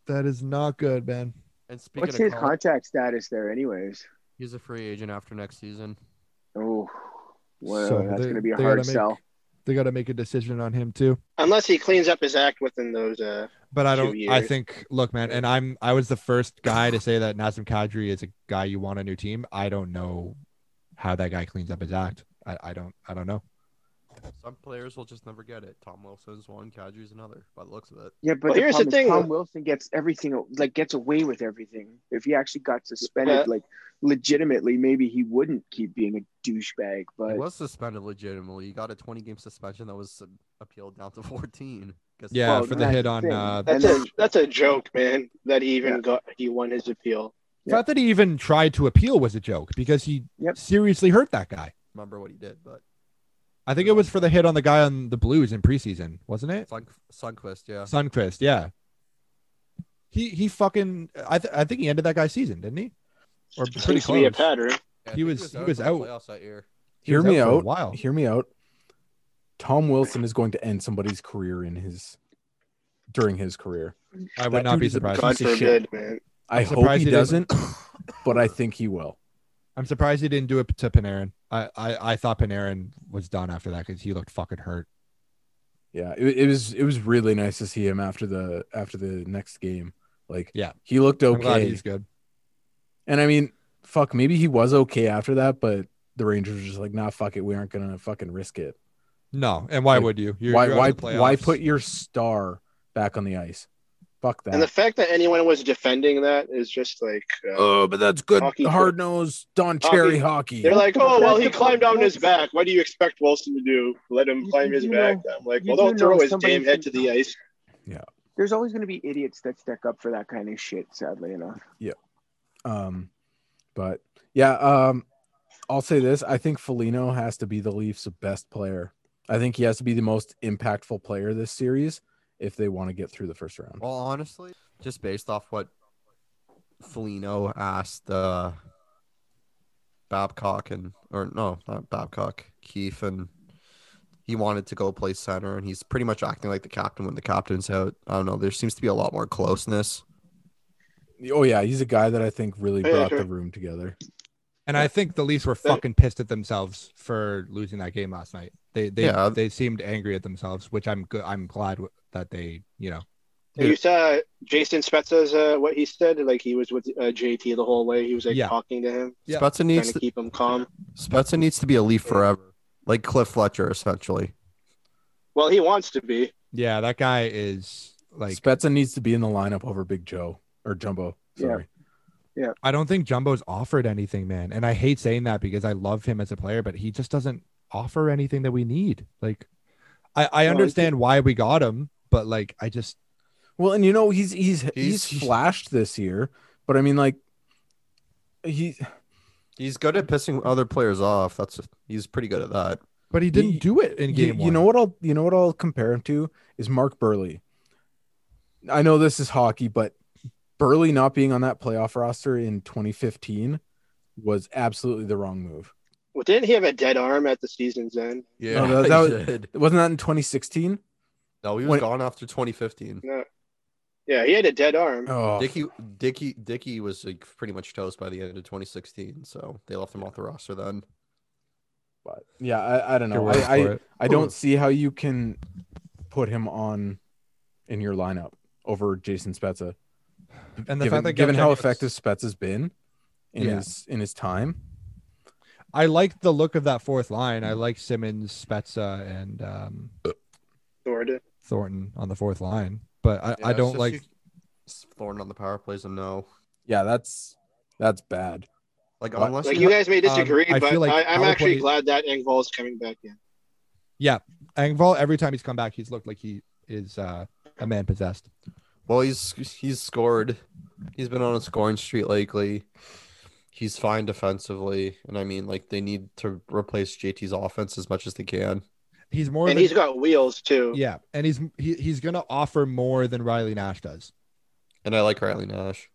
That is not good, man. And speaking What's of his Colin, contract status there, anyways? he's a free agent after next season. Oh, well, So that's they- going to be a they hard gotta make- sell. They got to make a decision on him too. Unless he cleans up his act within those uh, But I Two don't. I years. think. Look, man, and I'm. I was the first guy to say that Nazem Kadri is a guy you want on your team. I don't know how that guy cleans up his act. I, I don't. I don't know. Some players will just never get it. Tom Wilson's one, Kadri's another. By the looks of it, Yeah, but Well, the here's the problem is thing, Tom though. Wilson gets everything, like gets away with everything. If he actually got suspended, Yeah. like legitimately, maybe he wouldn't keep being a douchebag. he But was suspended legitimately. He got a 20 game suspension that was uh, appealed down to 14. 'Cause- Yeah, Well, for the that's hit the on thing. uh, That's And a that's a joke, man. That he even Yeah. got he won his appeal. The fact that he even tried to appeal was a joke because he Yep. seriously hurt that guy. remember what he did, but I think it was for the hit on the guy on the Blues in preseason, wasn't it? Sun- Sunquist, yeah. Sunquist, yeah. He he fucking. I th- I think he ended that guy's season, didn't he? Or Seems pretty to be a close. pattern. Yeah, I He think he was- was he out was for the out. playoffs that year. He Hear was me for a out. while. Oh. Hear me out. Tom Wilson is going to end somebody's career in his during his career. I That would not dude be is a surprised. God piece of shit. forbid, man. I I'm hope surprised he he didn't. doesn't, but I think he will. I'm surprised he didn't do it to Panarin. I, I, I thought Panarin was done after that because he looked fucking hurt. Yeah, it, it was it was really nice to see him after the after the next game. Like, Yeah. he looked I'm glad okay. he's good. And I mean, fuck, maybe he was okay after that, but the Rangers were just like, nah, fuck it, we aren't gonna fucking risk it. No, and why Like, would you? You're, why you're out why of the why playoffs. put your star back on the ice? Fuck that. And the fact that anyone was defending that is just like uh, oh, but that's good. Hockey- Hard nosed Don Hockey- Cherry hockey. they're like, oh well, he That's the climbed down his point. back. What do you expect Wilson to do? Let him You- climb his you back. know- I'm like, you well, do don't know throw his somebody damn head to can- the ice. there's always going to be idiots that stick up for that kind of shit. Sadly enough, Um, but yeah, um, I'll say this: I think Felino has to be the Leafs' best player. I think he has to be the most impactful player this series if they want to get through the first round. Well, honestly, just based off what Felino asked uh, Babcock and or no, not Babcock, Keefe, and he wanted to go play center, and he's pretty much acting like the captain when the captain's out. I don't know. There seems to be a lot more closeness. Oh yeah, he's a guy that I think really Yeah, brought sure. the room together. And I think the Leafs were That- fucking pissed at themselves for losing that game last night. They they Yeah. they seemed angry at themselves, which I'm good. I'm glad w- that they you know. And you saw Jason Spezza's uh, what he said. Like he was with uh, JT the whole way. He was like Yeah. talking to him, Yeah. Spezza trying needs to to, keep him calm. Spezza needs to be a Leaf forever, like Cliff Fletcher, essentially. Well, he wants to be. Yeah, that guy is like. Spezza needs to be in the lineup over Big Joe or Jumbo. Yeah. Sorry. I don't think Jumbo's offered anything, man. And I hate saying that because I love him as a player, but he just doesn't offer anything that we need. Like, I, I No, understand why we got him, but like, I just Well, and you know he's he's he's, He's- flashed this year, but I mean like he He's good at pissing other players off. That's he's pretty good at that. But he didn't You- do it in you, game you one. know what I'll you know what I'll compare him to is Mark Burley. I know this is hockey, but Burley not being on that playoff roster in 2015 was absolutely the wrong move. Well, didn't he have a dead arm at the season's end? Yeah, No, that- that he was- did. Wasn't that in 2016? No, he was when- gone after 2015. No. Yeah, he had a dead arm. Uh, Oh, Dicky Dicky Dicky was like pretty much toast by the end of 2016, so they left him off the roster then. but yeah, I, I don't You're know. right I, for I, it. I don't see how you can put him on in your lineup over Jason Spezza. and the given fact that given how Gavchenko- effective Spezza's been in Yeah. his in his time, I like the look of that fourth line. I like Simmons, Spezza, and um, Sorta. Thornton on the fourth line, but I, Yeah, I it's don't just like. you- Thornton on the power plays a no. yeah, that's that's bad. Like What? unless Like you you have, guys may disagree, um, I but feel like I, I'm power actually play- glad that Engvall's coming back in. Engvall, every time he's come back, he's looked like he is uh, a man possessed. well, he's he's scored. He's been on a scoring streak lately. He's fine defensively, and I mean, like they need to replace JT's offense as much as they can. He's more. And than, he's got wheels too. yeah, and he's he, he's gonna offer more than Riley Nash does. And I like Riley Nash.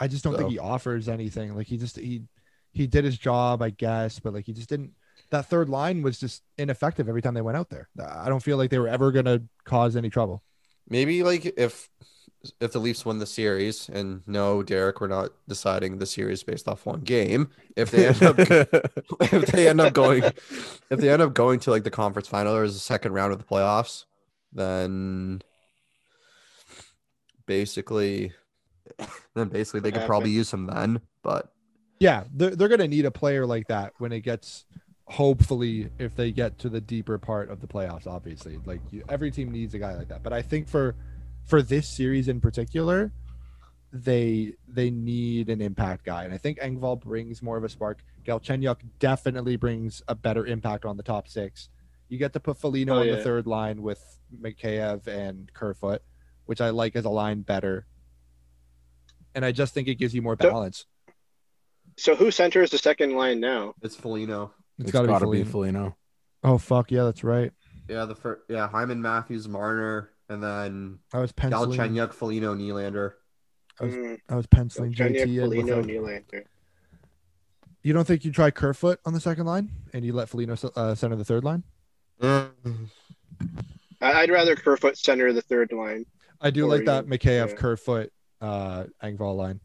I just don't think So- he offers anything. Like he just he he did his job, I guess, but like he just didn't. That third line was just ineffective every time they went out there. I don't feel like they were ever gonna cause any trouble. Maybe like if if the Leafs win the series, and no, Derek, we're not deciding the series based off one game. If they end up if they end up going if they end up going to like the conference final or the second round of the playoffs, then basically, then basically they could probably use him then. But Yeah, they're, they're going to need a player like that when it gets, hopefully, if they get to the deeper part of the playoffs, obviously. Like you, every team needs a guy like that. But I think for for this series in particular, they they need an impact guy. And I think Engvall brings more of a spark. Galchenyuk definitely brings a better impact on the top six. You get to put Felino Oh, on yeah. the third line with Mikheyev and Kerfoot, which I like as a line better. And I just think it gives you more Don't- balance. So who centers the second line now? it's Felino. it's gotta, be, Felino. Oh fuck yeah, that's right. Yeah, the first, yeah, Hyman Matthews, Marner, and then I was penciling. Galchenyuk, Felino, Nylander. I was- Mm, I was penciling Galchenyuk, JT. in Foligno, without- Nylander. you don't think you try Kerfoot on the second line and you let Felino s- uh, center the third line? Eh, Mm. I- I'd rather Kerfoot center the third line. I do Or like that you- Mikheyev yeah. Kerfoot uh, Engvall line.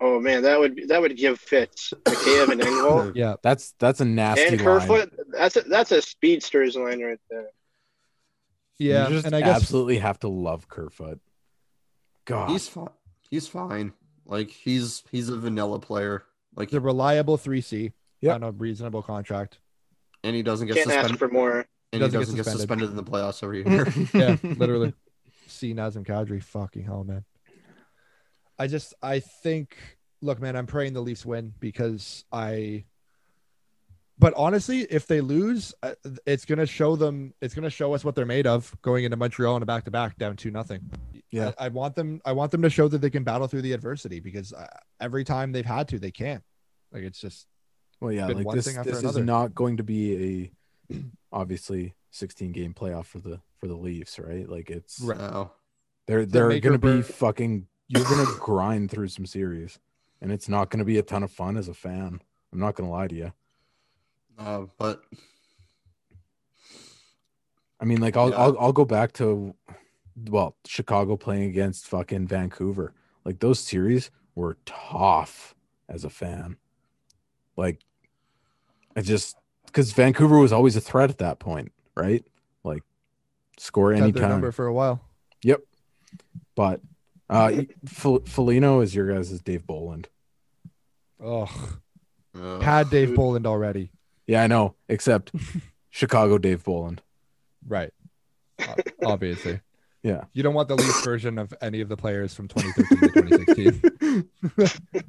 Oh man, that would that would give fits. McKayev and Engvall Yeah, That's that's a nasty and line. Kerfoot. That's a, that's a speedster's line right there. yeah, you just and I guess absolutely have to love Kerfoot. God, he's fine. He's fine. Like he's he's a vanilla player. Like it's a reliable three C Yep. on a reasonable contract. and he doesn't get Can't ask suspended. for more. and he doesn't get doesn't get suspended. suspended in the playoffs every year. Yeah, literally. See Nazem Kadri, fucking hell, man. I just, I think, look, man, I'm praying the Leafs win because I. But honestly, if they lose, uh, it's gonna show them. It's gonna show us what they're made of going into Montreal and a back to back down two nothing. Yeah. I, I want them. I want them to show that they can battle through the adversity because uh, every time they've had to, they can't. Like it's just Well, yeah, been like one this, thing after this is another. not going to be a obviously 16 game playoff for the for the Leafs, right? Like it's Right. No. they're the they're make going or to be break. fucking you're going to grind through some series and it's not going to be a ton of fun as a fan. I'm not going to lie to you. Uh, but I mean, like I'll Yeah. I'll, I'll go back to well, Chicago playing against fucking Vancouver. Like those series were tough as a fan. Like I just cuz Vancouver was always a threat at that point, right? Like score had their anytime. number for a while. Yep. But uh Fel- Felino is your guys' Dave Boland. Oh, uh, had Dave Boland already. Yeah, I know, except Chicago Dave Boland. Right. Ob- Obviously. Yeah. You don't want the least version of any of the players from 2013 to 2016.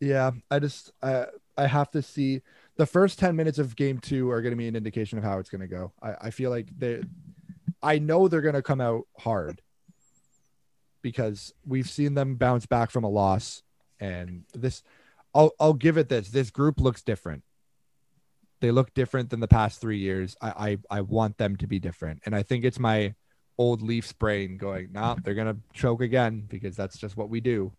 yeah, I just I I have to see the first 10 minutes of game 2 are going to be an indication of how it's going to go. I I feel like they I know they're going to come out hard because we've seen them bounce back from a loss and this I'll I'll give it this. This group looks different they look different than the past three years. I, I I want them to be different, and I think it's my old Leafs brain going, nah, they're gonna choke again because that's just what we do.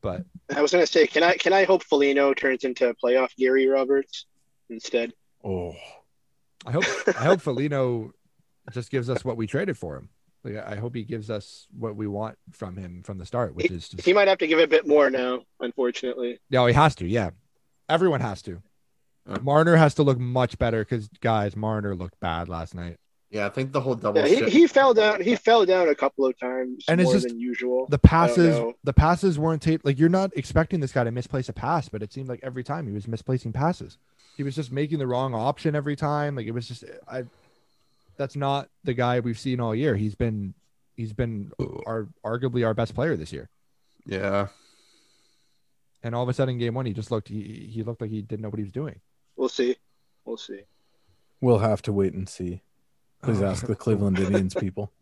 But I was gonna say, can I can I hope Foligno turns into playoff Gary Roberts instead? Oh. I hope I hope Felino just gives us what we traded for him. Like, I I hope he gives us what we want from him from the start, which is just He might have to give a bit more now, unfortunately. no, he has to, yeah. Everyone has to. Uh. Marner has to look much better because guys, Marner looked bad last night. yeah, I think the whole double Yeah, he, shift- he fell down. He fell down a couple of times And it's more just- than usual. the passes know. the passes weren't taped like you're not expecting this guy to misplace a pass but it seemed like every time he was misplacing passes he was just making the wrong option every time like it was just i that's not the guy we've seen all year he's been he's been our arguably our best player this year yeah. and all of a sudden game one he just looked he, he looked like he didn't know what he was doing We'll see. We'll see. We'll have to wait and see. Please Oh. ask the Cleveland Indians people.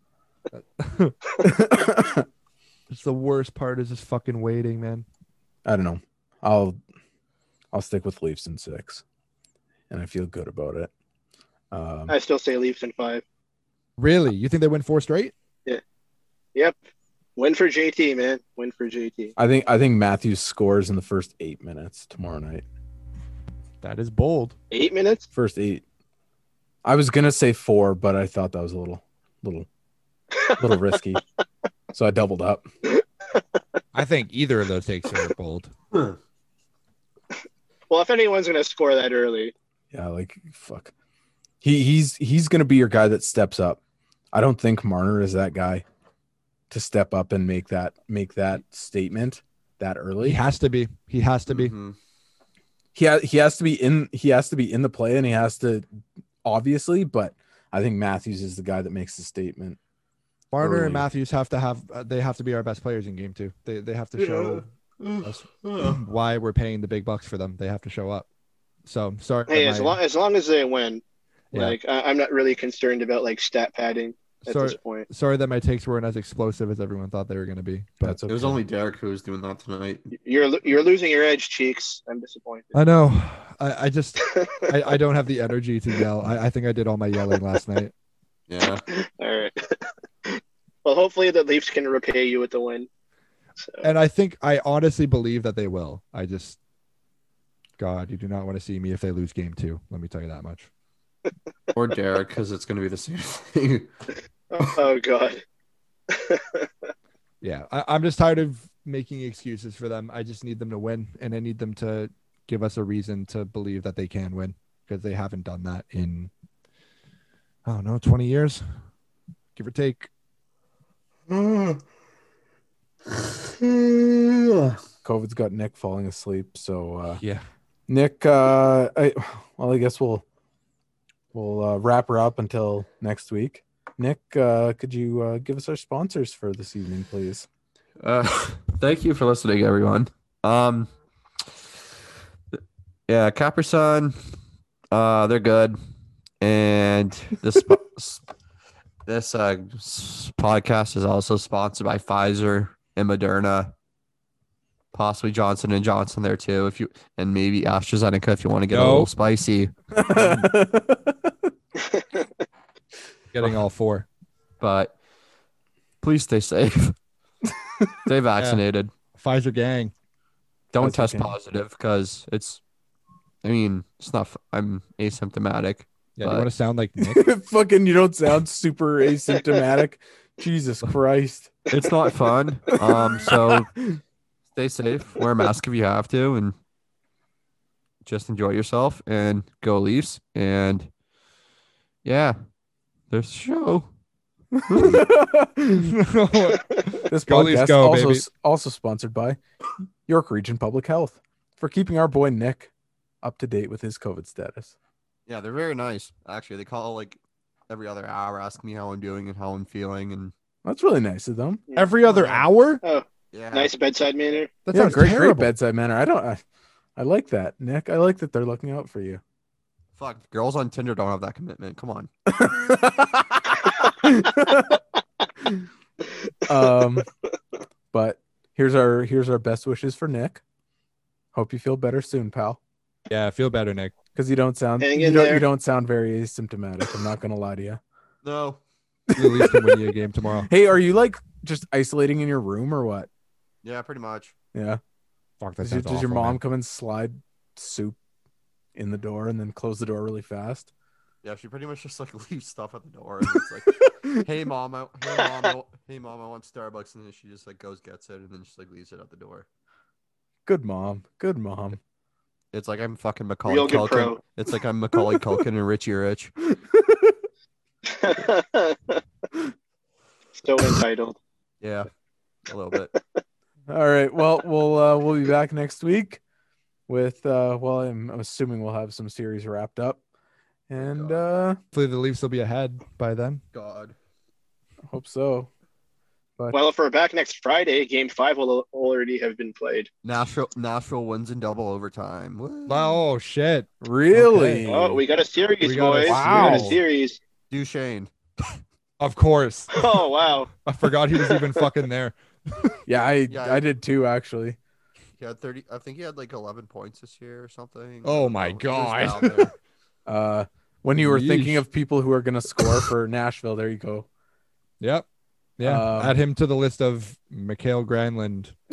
it's the worst part is just fucking waiting man I don't know. I'll I'll stick with Leafs in six, and I feel good about it. Um, I still say Leafs in five. really you think they win four straight Yep. Win for JT, man. Win for JT. I think I think Matthews scores in the first eight minutes tomorrow night. that is bold Eight minutes? First eight. I was gonna say four, but I thought that was a little, little, little risky, so I doubled up. i think either of those takes are bold Well, if anyone's gonna score that early, Yeah, like fuck. He he's he's gonna be your guy that steps up. I don't think Marner is that guy. to step up and make that make that statement that He early. has to be. He has to be. Mhm. He ha- he has to be in he has to be in the play and he has to obviously, but I think Matthews is the guy that makes the statement. Barner Early. and Matthews have to have. Uh, they have to be our best players in game two. They they have to show Mm-hmm. us Mm-hmm. why we're paying the big bucks for them. They have to show up. So sorry. Hey, that as my- long as long as they win, Yeah. like I, I'm not really concerned about like stat padding at sorry, this point. sorry that my takes weren't as explosive as everyone thought they were going to be. But That's okay. It was only Derek who was doing that tonight. You're lo- you're losing your edge, cheeks. I'm disappointed. I know. I, I just I, I don't have the energy to yell. I, I think I did all my yelling last night. Yeah. All right. well, hopefully the Leafs can repay you with the win. So, And I think I honestly believe that they will. I just God, you do not want to see me if they lose game two. Let me tell you that much. Or Derek, because it's going to be the same thing. oh, oh, god. Yeah. I, I'm just tired of making excuses for them. I just need them to win and I need them to give us a reason to believe that they can win because they haven't done that in I don't know, 20 years, give or take. COVID's got Nick falling asleep, so uh Yeah. Nick, uh, I, well, I guess we'll we'll uh, wrap her up until next week. Nick, uh, could you uh, give us our sponsors for this evening, please? Uh, thank you for listening, everyone. Um, yeah, Copper Sun, uh, they're good, and this sp- s- this uh, s- podcast is also sponsored by Pfizer and Moderna, possibly Johnson and Johnson there too. If you and maybe AstraZeneca if you want to get a No. little spicy, Getting all four. but please stay safe. stay vaccinated. Pfizer gang. don't That's test okay. positive because it's i mean it's not f- i'm asymptomatic Yeah, do but- you want to sound like Nick? Fucking, you don't sound super asymptomatic. Jesus Christ! it's not fun um so stay safe wear a mask if you have to and just enjoy yourself and go leafs and yeah there's the show this Go Leafs podcast go, also baby. also sponsored by York Region Public Health for keeping our boy Nick up to date with his COVID status. yeah they're very nice actually they call like every other hour ask me how i'm doing and how i'm feeling and That's really nice of them. Every other hour? oh, yeah nice bedside manner. That yeah, sounds great, terrible. great bedside manner. I don't. I, I like that, Nick. I like that they're looking out for you. fuck girls on tinder don't have that commitment come on um, but here's our here's our best wishes for Nick. Hope you feel better soon, pal. Yeah, I feel better, Nick. Because you don't sound Hang you in don't, there. you don't sound very asymptomatic. I'm not gonna lie to you. no The Leafs can win you a game tomorrow. Hey, are you like just isolating in your room or what? yeah pretty much Yeah. Fuck, that Does, your- sounds does your awful, mom man. come and slide soup in the door and then close the door really fast? Yeah, she pretty much just like leaves stuff at the door. And it's like, hey mom, I, hey mom, I, hey mom, I want Starbucks, and then she just like goes gets it, and then just like leaves it at the door. Good mom. Good mom. It's like I'm fucking Macaulay Real good Culkin. pro. It's like I'm Macaulay Culkin and Richie Rich. so entitled. Yeah, a little bit. All right. Well, we'll uh, we'll be back next week with uh, well, I'm, I'm assuming we'll have some series wrapped up, and uh, Hopefully the Leafs will be ahead by then. God. hope so. Well, if we're back next Friday, Game Five will already have been played. Nashville, Nashville wins in double overtime. Woo. Oh shit. Really? Oh, we got a series, We got a boys. We got series. a series. Duchesne. Of course. Oh wow. I forgot he was even fucking there. yeah, I Yeah. I did too actually. He had thirty. I think he had like eleven points this year or something. Oh I don't my know. He was God. down there. Uh, when you were thinking Yeesh. of people who are gonna score for Nashville, there you go. Yep. Yeah. Um, Add him to the list of Mikhail Granlund.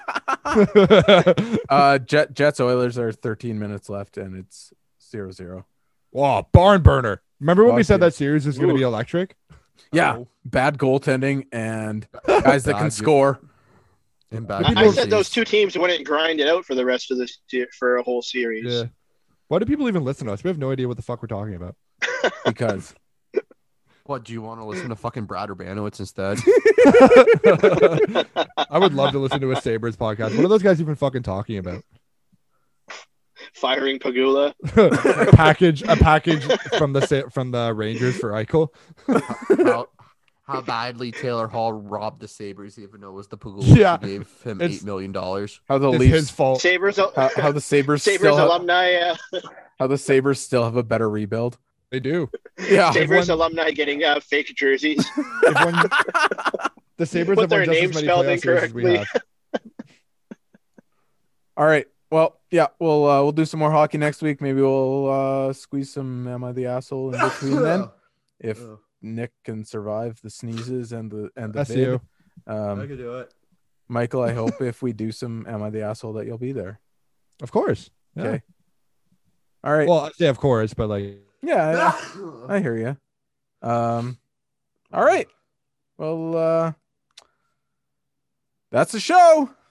And... Uh, Jet, Jets Oilers are 13 minutes left, and it's zero zero. wow, barn burner. Remember when we Fuck said yeah. that series was going to be electric? Yeah, Oh, bad goaltending and guys that can Bad- score. and The bad I I people- said those two teams wouldn't grind it out for the rest of this year, for a whole series. Yeah. Why do people even listen to us? We have no idea what the fuck we're talking about. because What do you want to listen to? Fucking Brad Urbanowitz instead. I would love to listen to a Sabres podcast. What are those guys even fucking talking about? Firing Pagula. a package, a package from the Sa- from the Rangers for Eichel. how, how badly Taylor Hall robbed the Sabres, even though it was the Pagula Yeah, who gave him it's- eight million dollars. How the It's Leafs, his fault. Sabres, how, how the Sabers Sabres still, have, alumni. Uh, how the Sabers still have a better rebuild. They do. Yeah, Sabres won- alumni getting uh, fake jerseys. They've won- the Sabres have won Put their just as names many spelled playoff series as we incorrectly. have. All right. Well, yeah, we'll uh, we'll do some more hockey next week. Maybe we'll uh, squeeze some "Am I the asshole" in between then, if Oh, Nick can survive the sneezes and the and the That's bid. you. I Um, could do it. Michael, I hope if we do some "Am I the asshole" that you'll be there. Of course. Yeah. Okay. All right. Well, I say of course, but like yeah, I, I hear you. Um, all right. Well, uh, that's the show.